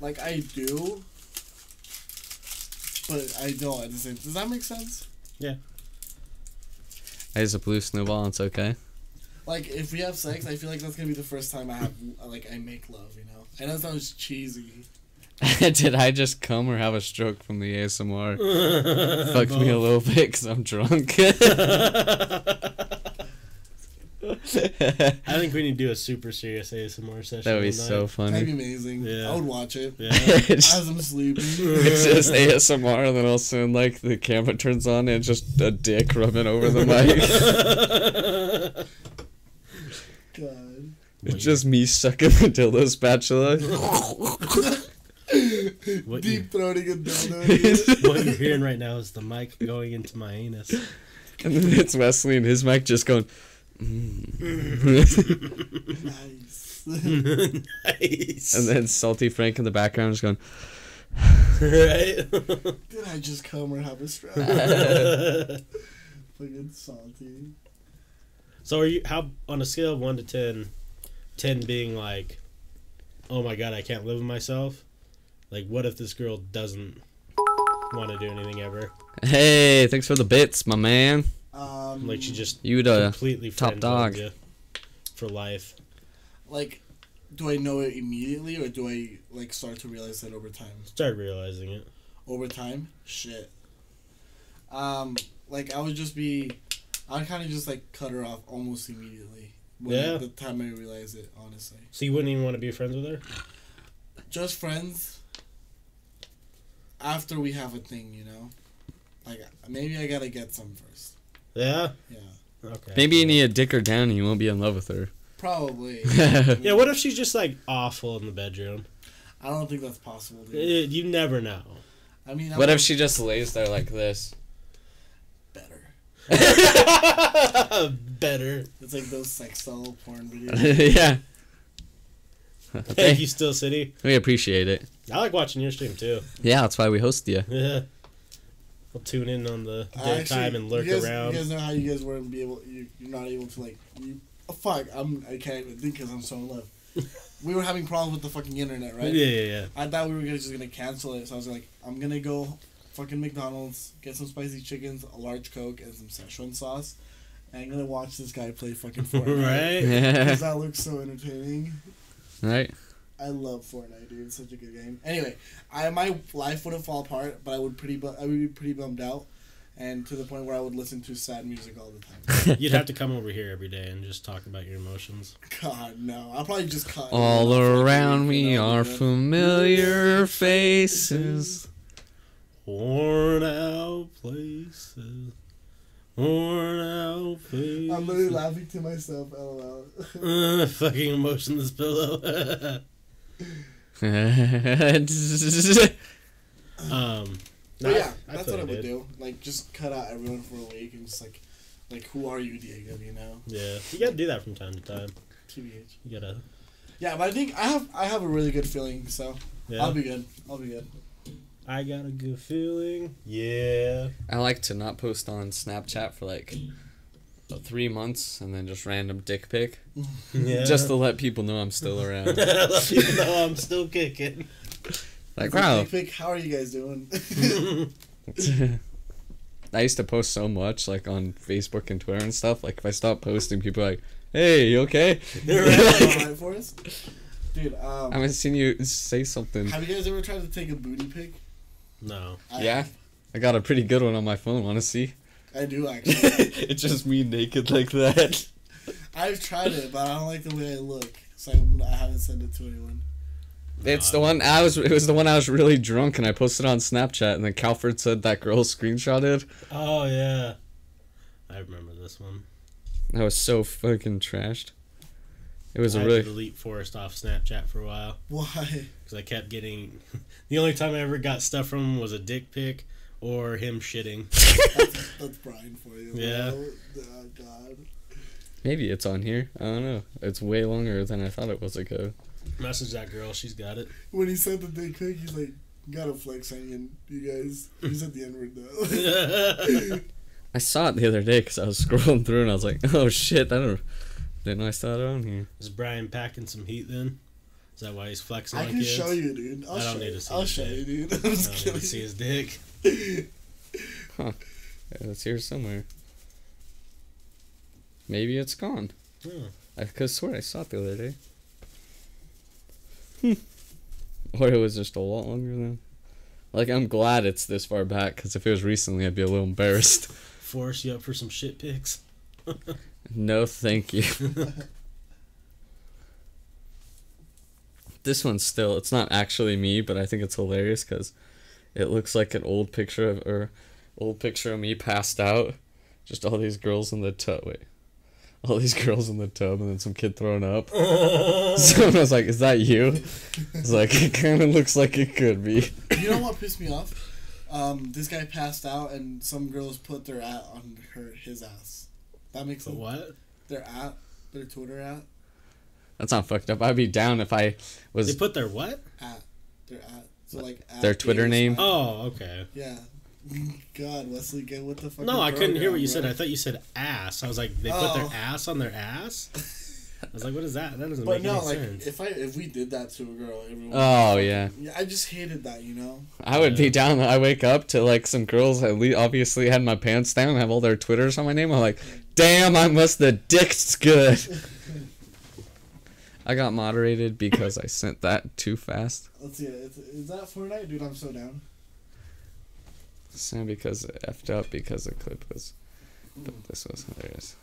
Speaker 2: Like I do, but I don't at the same. Does that make sense?
Speaker 3: there's a blue snowball. It's okay.
Speaker 2: Like if we have sex, I feel like that's gonna be the first time I have uh, like I make love. You know, I know it sounds cheesy.
Speaker 3: Did I just come or have a stroke from the ASMR? Fucked me a little bit because I'm drunk.
Speaker 1: I think we need to do a super serious ASMR session.
Speaker 3: That would be
Speaker 1: one night.
Speaker 3: so
Speaker 2: That'd be
Speaker 3: funny.
Speaker 2: amazing.
Speaker 1: Yeah.
Speaker 2: I would watch it
Speaker 1: Yeah.
Speaker 3: it's
Speaker 2: as I'm sleeping.
Speaker 3: it's just ASMR, and then all of a sudden, like, the camera turns on, and it's just a dick rubbing over the mic.
Speaker 2: God.
Speaker 3: it's just me sucking the dildo spatula.
Speaker 1: What you,
Speaker 2: Deep throating a dildo. dude.
Speaker 1: what you're hearing right now is the mic going into my anus.
Speaker 3: and then it's Wesley and his mic just going. "Mm."
Speaker 2: nice.
Speaker 1: nice.
Speaker 3: and then Salty Frank in the background just going.
Speaker 1: right?
Speaker 2: Did I just come or have a stroke? Fucking salty.
Speaker 1: so are you how on a scale of 1 to 10 10 being like oh my god, I can't live with myself? Like what if this girl doesn't want to do anything ever?
Speaker 3: Hey, thanks for the bits, my man.
Speaker 2: Um,
Speaker 1: Like she just
Speaker 3: You the
Speaker 1: completely
Speaker 3: uh, top
Speaker 1: friend
Speaker 3: dog.
Speaker 1: you for life.
Speaker 2: like, do I know it immediately or do I like start to realize it over time?
Speaker 1: Started realizing it.
Speaker 2: Over time, shit. Um, like I would just be, I'd kind of just like cut her off almost immediately. When
Speaker 1: Yeah.
Speaker 2: The time I realize it, honestly,
Speaker 1: So you wouldn't even want to be friends with her?
Speaker 2: just friends. After we have a thing, you know, like maybe I gotta get some first.
Speaker 1: Yeah.
Speaker 2: Yeah.
Speaker 1: Okay.
Speaker 3: Maybe you need a dick her down and you won't be in love with her.
Speaker 2: Probably.
Speaker 1: Yeah, what if she's just like awful in the bedroom?
Speaker 2: I don't think that's possible.
Speaker 1: Eh,
Speaker 2: Dude.
Speaker 1: you never know.
Speaker 2: I mean, I
Speaker 3: what if
Speaker 2: want
Speaker 3: she just lays there like this?
Speaker 2: better?
Speaker 1: Better.
Speaker 2: It's like those sex doll porn videos.
Speaker 3: yeah.
Speaker 1: Thank
Speaker 3: Thank
Speaker 1: you, Still City.
Speaker 3: We appreciate it.
Speaker 1: I like watching your stream too.
Speaker 3: Yeah, that's why we host you.
Speaker 1: Yeah. I'll tune in on the
Speaker 2: I
Speaker 1: daytime
Speaker 2: actually-
Speaker 1: and lurk
Speaker 2: you guys,
Speaker 1: around.
Speaker 2: You guys know how you guys wouldn't be able. You, you're not able to like. You, fuck, I'm I can't even think because I'm so in love. we were having problems with the fucking internet, right?
Speaker 1: Yeah, yeah, yeah.
Speaker 2: I thought we were gonna, just gonna cancel it, so I was like, I'm gonna go fucking McDonald's, get some spicy chickens, a large coke, and some Szechuan sauce, and I'm gonna watch this guy play fucking Fortnite.
Speaker 1: right?
Speaker 2: Because
Speaker 3: Yeah.
Speaker 2: that looks so entertaining.
Speaker 3: right.
Speaker 2: I love Fortnite, dude. It's such a good game. Anyway, I my life wouldn't fall apart, but I would pretty bu- I would be pretty bummed out, and to the point where I would listen to sad music all the time.
Speaker 1: You'd have to come over here every day and just talk about your emotions.
Speaker 2: God no, I'll probably just cut.
Speaker 3: All around me
Speaker 2: You know,
Speaker 3: are
Speaker 2: man.
Speaker 3: familiar faces.
Speaker 1: Worn out places. Worn out places.
Speaker 2: I'm literally laughing to myself. LOL.
Speaker 1: Uh, fucking emotionless pillow. um, no,
Speaker 2: But yeah,
Speaker 1: I
Speaker 2: that's
Speaker 1: thought
Speaker 2: what I
Speaker 1: I
Speaker 2: would
Speaker 1: did.
Speaker 2: do. Like, just cut out everyone for a week and just like, like, who are you, Diego? You know,
Speaker 1: Yeah, you gotta do that from time to time.
Speaker 2: tbh.
Speaker 1: You gotta.
Speaker 2: Yeah, but I think I have I have a really good feeling, so
Speaker 1: Yeah.
Speaker 2: I'll be good. I'll be good.
Speaker 1: I got a good feeling. Yeah.
Speaker 3: I like to not post on Snapchat for like about three months and then just random dick pic.
Speaker 1: yeah.
Speaker 3: Just to let people know I'm still around.
Speaker 1: Let you know I'm still kicking.
Speaker 3: like, wow.
Speaker 2: Dick pic, how are you guys doing?
Speaker 3: I used to post so much, like on Facebook and Twitter and stuff. Like, if I stopped posting, people are like, hey, you okay?
Speaker 2: All right for us, dude. Um,
Speaker 3: I haven't seen you say something.
Speaker 2: Have you guys ever tried to take a booty pic?
Speaker 1: No.
Speaker 2: I,
Speaker 3: Yeah? I got a pretty good one on my phone, wanna see?
Speaker 2: I do actually.
Speaker 3: it's just me naked like that.
Speaker 2: I've tried it, but I don't like the way I look, so I'm, I haven't sent it to anyone.
Speaker 3: It's the one I was. It was the one I was really drunk, and I posted on Snapchat, and then Calford said that girl screenshotted.
Speaker 1: Oh yeah. I remember this one.
Speaker 3: I was so fucking trashed. It was
Speaker 1: I
Speaker 3: a
Speaker 1: had to
Speaker 3: really.
Speaker 1: delete Forrest off Snapchat for a while
Speaker 2: Why?
Speaker 1: because I kept getting. the only time I ever got stuff from him was a dick pic or him shitting.
Speaker 2: That's, that's Brian for you.
Speaker 1: Yeah.
Speaker 2: bro. Oh, God.
Speaker 3: Maybe it's on here. I don't know. It's way longer than I thought it was ago.
Speaker 1: Message that girl. She's got it.
Speaker 2: When he said the dick pic, he's like, gotta flex on you, you guys. He said the N word though.
Speaker 3: I saw it the other day because I was scrolling through, and I was like, "Oh shit! I don't. Didn't know I saw it on here."
Speaker 1: Is Brian packing some heat then? Is that why he's flexing?
Speaker 2: I
Speaker 1: on
Speaker 2: can
Speaker 1: kids?
Speaker 2: show you, dude. I'll
Speaker 1: I don't
Speaker 2: show
Speaker 1: need
Speaker 2: you.
Speaker 1: to see
Speaker 2: I'll
Speaker 1: the
Speaker 2: show
Speaker 1: dick.
Speaker 2: you, dude. I'm just
Speaker 1: I don't
Speaker 2: kidding.
Speaker 1: wanna see his dick.
Speaker 3: Yeah, it's here somewhere. Maybe it's gone.
Speaker 1: Hmm.
Speaker 3: I could swear I saw it the other day. Hmm. Or it was just a lot longer than. Like I'm glad it's this far back because if it was recently, I'd be a little embarrassed.
Speaker 1: Force you up for some shit pics.
Speaker 3: no, thank you. this one's still. It's not actually me, but I think it's hilarious because it looks like an old picture of or old picture of me passed out. Just all these girls in the tub. Wait. All these girls in the tub and then some kid thrown up. Someone was like, "Is that you?" It's like it kind of looks like it could be.
Speaker 2: You know what pissed me off? Um, this guy passed out, and some girls put their at on her his ass. That makes
Speaker 1: So
Speaker 2: sense.
Speaker 1: what?
Speaker 2: Their at, their Twitter at,
Speaker 3: That's not fucked up. I'd be down if I
Speaker 1: They
Speaker 3: was.
Speaker 1: put their what?
Speaker 2: at, their at. So like at
Speaker 3: Their Twitter
Speaker 2: Gator's
Speaker 3: name?
Speaker 2: at-
Speaker 1: Oh, okay.
Speaker 2: Yeah. God, Wesley, get with the fuck.
Speaker 1: No, I couldn't hear what you said. I thought you said ass. I was like, they put
Speaker 2: Oh.
Speaker 1: their ass on their ass. I was like, what is that? That doesn't make
Speaker 2: But no,
Speaker 1: any
Speaker 2: like
Speaker 1: sense.
Speaker 2: if I if we did that to a girl, everyone.
Speaker 3: Oh yeah,
Speaker 2: yeah, I just hated that, you know.
Speaker 3: I would be down. I wake up to like some girls. I le- obviously had my pants down. Have all their twitters on my name. I'm like, damn, I must the dick's good. I got moderated because I sent that too fast.
Speaker 2: Let's see, is, is that Fortnite, dude? I'm so down.
Speaker 3: Sent because it effed up because the clip was. But this was hilarious.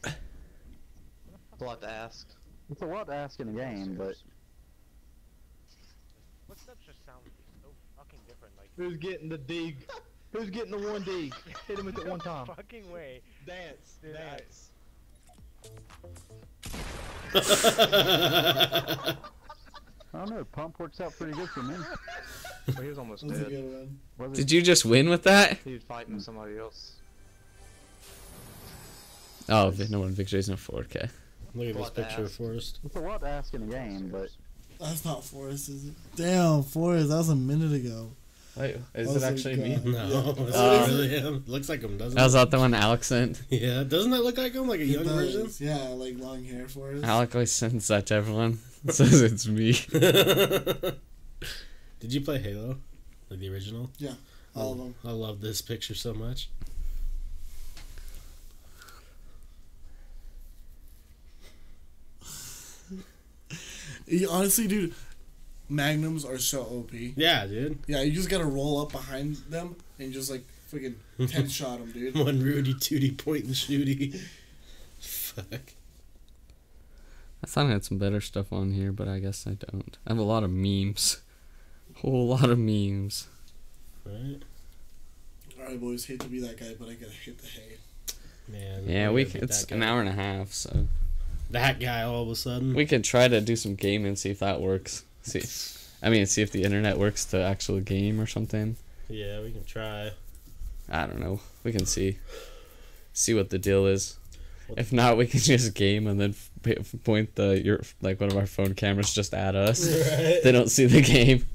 Speaker 7: That's a lot to ask.
Speaker 4: It's a lot to ask in a game, but
Speaker 8: Footsteps just sound so fucking different. Like,
Speaker 7: Who's getting the dig? Who's getting the one dig? Hit him with it one time.
Speaker 8: fucking way.
Speaker 7: Dance,
Speaker 8: Dude, I-
Speaker 7: dance.
Speaker 4: I don't know. Pump works out pretty good for me.
Speaker 8: he was almost
Speaker 2: That's a
Speaker 8: dead.
Speaker 2: good one.
Speaker 4: Was it?
Speaker 3: Did you just win with that?
Speaker 8: He was fighting somebody else.
Speaker 3: Oh, Vic- no one. Vic Jason 4K.
Speaker 1: Look at this
Speaker 7: What the
Speaker 1: picture of
Speaker 7: ass?
Speaker 1: Forrest.
Speaker 4: It's a lot to ask in a game, but
Speaker 2: That's not Forrest, is it? Damn, Forrest, that was a minute ago.
Speaker 3: Wait, is
Speaker 2: I was
Speaker 3: it actually
Speaker 2: like,
Speaker 3: me?
Speaker 2: uh,
Speaker 1: No, it's
Speaker 3: Uh,
Speaker 1: not really him. Looks like him, doesn't
Speaker 3: Oh, That was
Speaker 1: it?
Speaker 3: not the one Alex sent.
Speaker 1: Yeah, doesn't that look like him? Like a
Speaker 2: It
Speaker 1: young
Speaker 2: does.
Speaker 1: version?
Speaker 2: Yeah, like long hair for us.
Speaker 3: Alex always sends that to everyone. It says it's me.
Speaker 1: Did you play Halo? Like the original?
Speaker 2: All of them.
Speaker 1: I love this picture so much.
Speaker 2: You- honestly, dude, magnums are so OP.
Speaker 1: Yeah, dude.
Speaker 2: Yeah, you just gotta roll up behind them and just like freaking ten shot them, dude.
Speaker 1: One Rudy Tooty point and shooty. Fuck.
Speaker 3: I thought I had some better stuff on here, but I guess I don't. I have a lot of memes. Whole lot of memes.
Speaker 1: Right?
Speaker 2: All right, boys, hate to be that guy, but I gotta hit the hay.
Speaker 1: Man.
Speaker 3: Yeah,
Speaker 1: I'm
Speaker 3: we
Speaker 1: gonna
Speaker 3: c-
Speaker 1: beat
Speaker 3: it's
Speaker 1: that guy.
Speaker 3: an hour and a half, so
Speaker 1: That guy all of a sudden.
Speaker 3: we could try to do some game and see if that works. See, I mean, see if the internet works to actual game or something.
Speaker 1: yeah, we can try.
Speaker 3: I don't know. We can see, see what the deal is.
Speaker 1: What-
Speaker 3: If not, we can just game and then f- p- f- point the your like one of our phone cameras just at us. They don't see the game.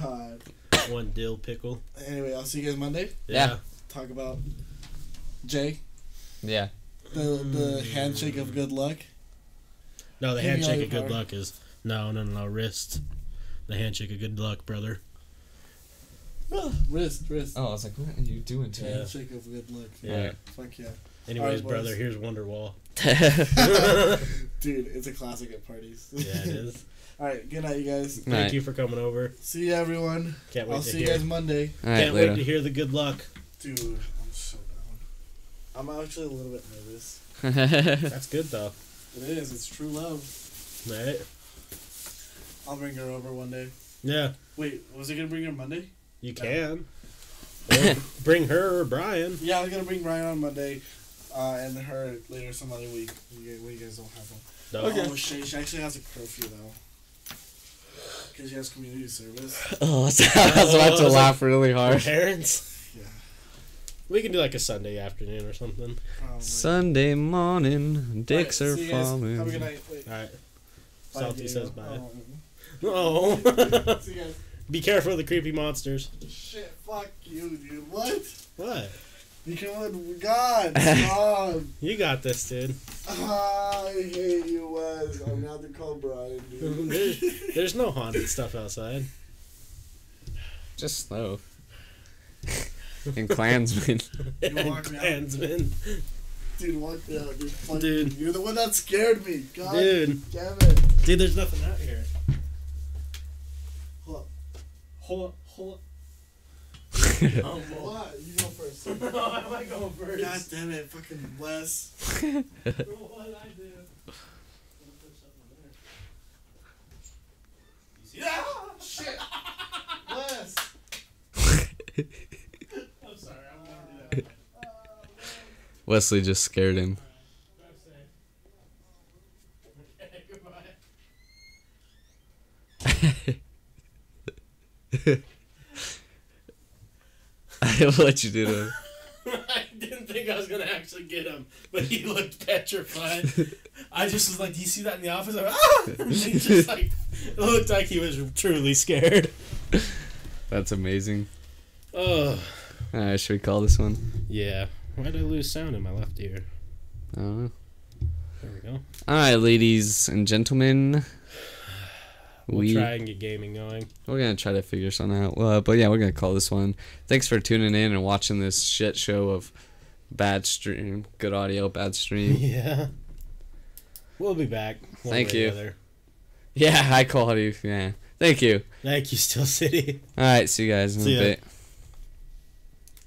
Speaker 2: God.
Speaker 1: One dill pickle.
Speaker 2: Anyway, I'll see you guys Monday.
Speaker 3: Yeah.
Speaker 2: Talk about Jay,
Speaker 3: Yeah.
Speaker 2: the the
Speaker 1: Mm.
Speaker 2: handshake of good luck.
Speaker 1: No, the
Speaker 2: Give me all
Speaker 1: handshake
Speaker 2: your
Speaker 1: of good
Speaker 2: power.
Speaker 1: luck is no, no, no, no, wrist. The handshake of good luck, brother.
Speaker 2: Wrist, wrist.
Speaker 3: Oh, I was like, what are you doing
Speaker 1: me? Yeah.
Speaker 2: Handshake of good luck.
Speaker 1: Yeah.
Speaker 2: Fuck yeah,
Speaker 1: Anyways,
Speaker 2: Alright, boys.
Speaker 1: brother, here's Wonderwall.
Speaker 2: dude. It's a classic at parties.
Speaker 1: Yeah, it is.
Speaker 2: All right, good night, you guys.
Speaker 1: Thank
Speaker 3: Alright.
Speaker 1: you for coming over.
Speaker 2: See you, everyone.
Speaker 1: Can't wait
Speaker 2: I'll
Speaker 1: to
Speaker 2: see
Speaker 1: hear.
Speaker 2: you guys Monday.
Speaker 3: All right,
Speaker 1: Can't
Speaker 3: later.
Speaker 1: wait to hear the good luck.
Speaker 2: Dude, I'm so down. I'm actually a little bit nervous.
Speaker 1: That's good though.
Speaker 2: It is. It's true love.
Speaker 1: Right?
Speaker 2: I'll bring her over one day.
Speaker 1: Yeah,
Speaker 2: Wait, was I gonna bring her Monday?
Speaker 1: you can. Or Bring her or Brian.
Speaker 2: Yeah, I was gonna bring Ryan on Monday, uh, and her later some other week. You guys, well, you guys don't have one.
Speaker 1: No.
Speaker 2: Oh, she, she actually has a curfew though. Cause she has community service.
Speaker 3: oh, I was about to laugh really hard.
Speaker 1: Parents.
Speaker 2: Yeah.
Speaker 1: We can do like a Sunday afternoon or something.
Speaker 2: Probably.
Speaker 3: Sunday morning, dicks
Speaker 2: Alright,
Speaker 3: are
Speaker 2: see you guys.
Speaker 3: falling.
Speaker 2: Have a good night. Wait,
Speaker 1: All right.
Speaker 2: bye,
Speaker 1: Salty
Speaker 2: Diego.
Speaker 1: says bye.
Speaker 2: Oh.
Speaker 1: Oh.
Speaker 2: See you guys.
Speaker 1: Be careful of the creepy monsters.
Speaker 2: Shit, fuck you, dude. What?
Speaker 1: What?
Speaker 2: You can God, stop.
Speaker 1: You got this, dude.
Speaker 2: I hate you, Wes. I'm gonna have to call Brian,
Speaker 1: There's,
Speaker 2: dude.
Speaker 1: there's no haunted stuff outside.
Speaker 3: Just slow. and Klansman.
Speaker 2: You walk me out.
Speaker 1: Klansman.
Speaker 2: Dude, walk me out, dude. Fuck
Speaker 1: Dude.
Speaker 2: You. You're the one that scared me. God
Speaker 1: Dude.
Speaker 2: damn it.
Speaker 1: Dude, there's nothing out here.
Speaker 2: Hold up.
Speaker 1: Hold up, hold up. Oh,
Speaker 2: Um, what? You go first. God
Speaker 1: No, I might go first.
Speaker 2: damn it, fucking Wes.
Speaker 1: What I do?
Speaker 2: Yeah! Shit! Wes!
Speaker 1: I'm sorry, I'm gonna do that.
Speaker 3: Wesley just scared him.
Speaker 1: Okay, goodbye.
Speaker 3: I'll let you do that.
Speaker 1: I didn't think I was gonna actually get him, but he looked petrified. I just was like, "Do you see that in the office?" I'm like, ah! And he just like it looked like he was truly scared.
Speaker 3: That's amazing.
Speaker 1: Oh
Speaker 3: Alright, should we call this one?
Speaker 1: yeah. Why did I lose sound in my left ear?
Speaker 3: I don't know.
Speaker 1: There we go.
Speaker 3: Alright, ladies and gentlemen.
Speaker 1: We'll
Speaker 3: we
Speaker 1: try and get gaming going.
Speaker 3: We're gonna try to figure something out. Uh, but yeah, we're gonna call this one. Thanks for tuning in and watching this shit show of bad stream, good audio, bad stream.
Speaker 1: Yeah. We'll be back. one
Speaker 3: Thank
Speaker 1: way or
Speaker 3: you.
Speaker 1: the other.
Speaker 3: yeah, high quality. Yeah, thank you.
Speaker 1: Thank you, Still City.
Speaker 3: All right, see you guys in
Speaker 1: See
Speaker 3: a
Speaker 1: ya.
Speaker 3: bit.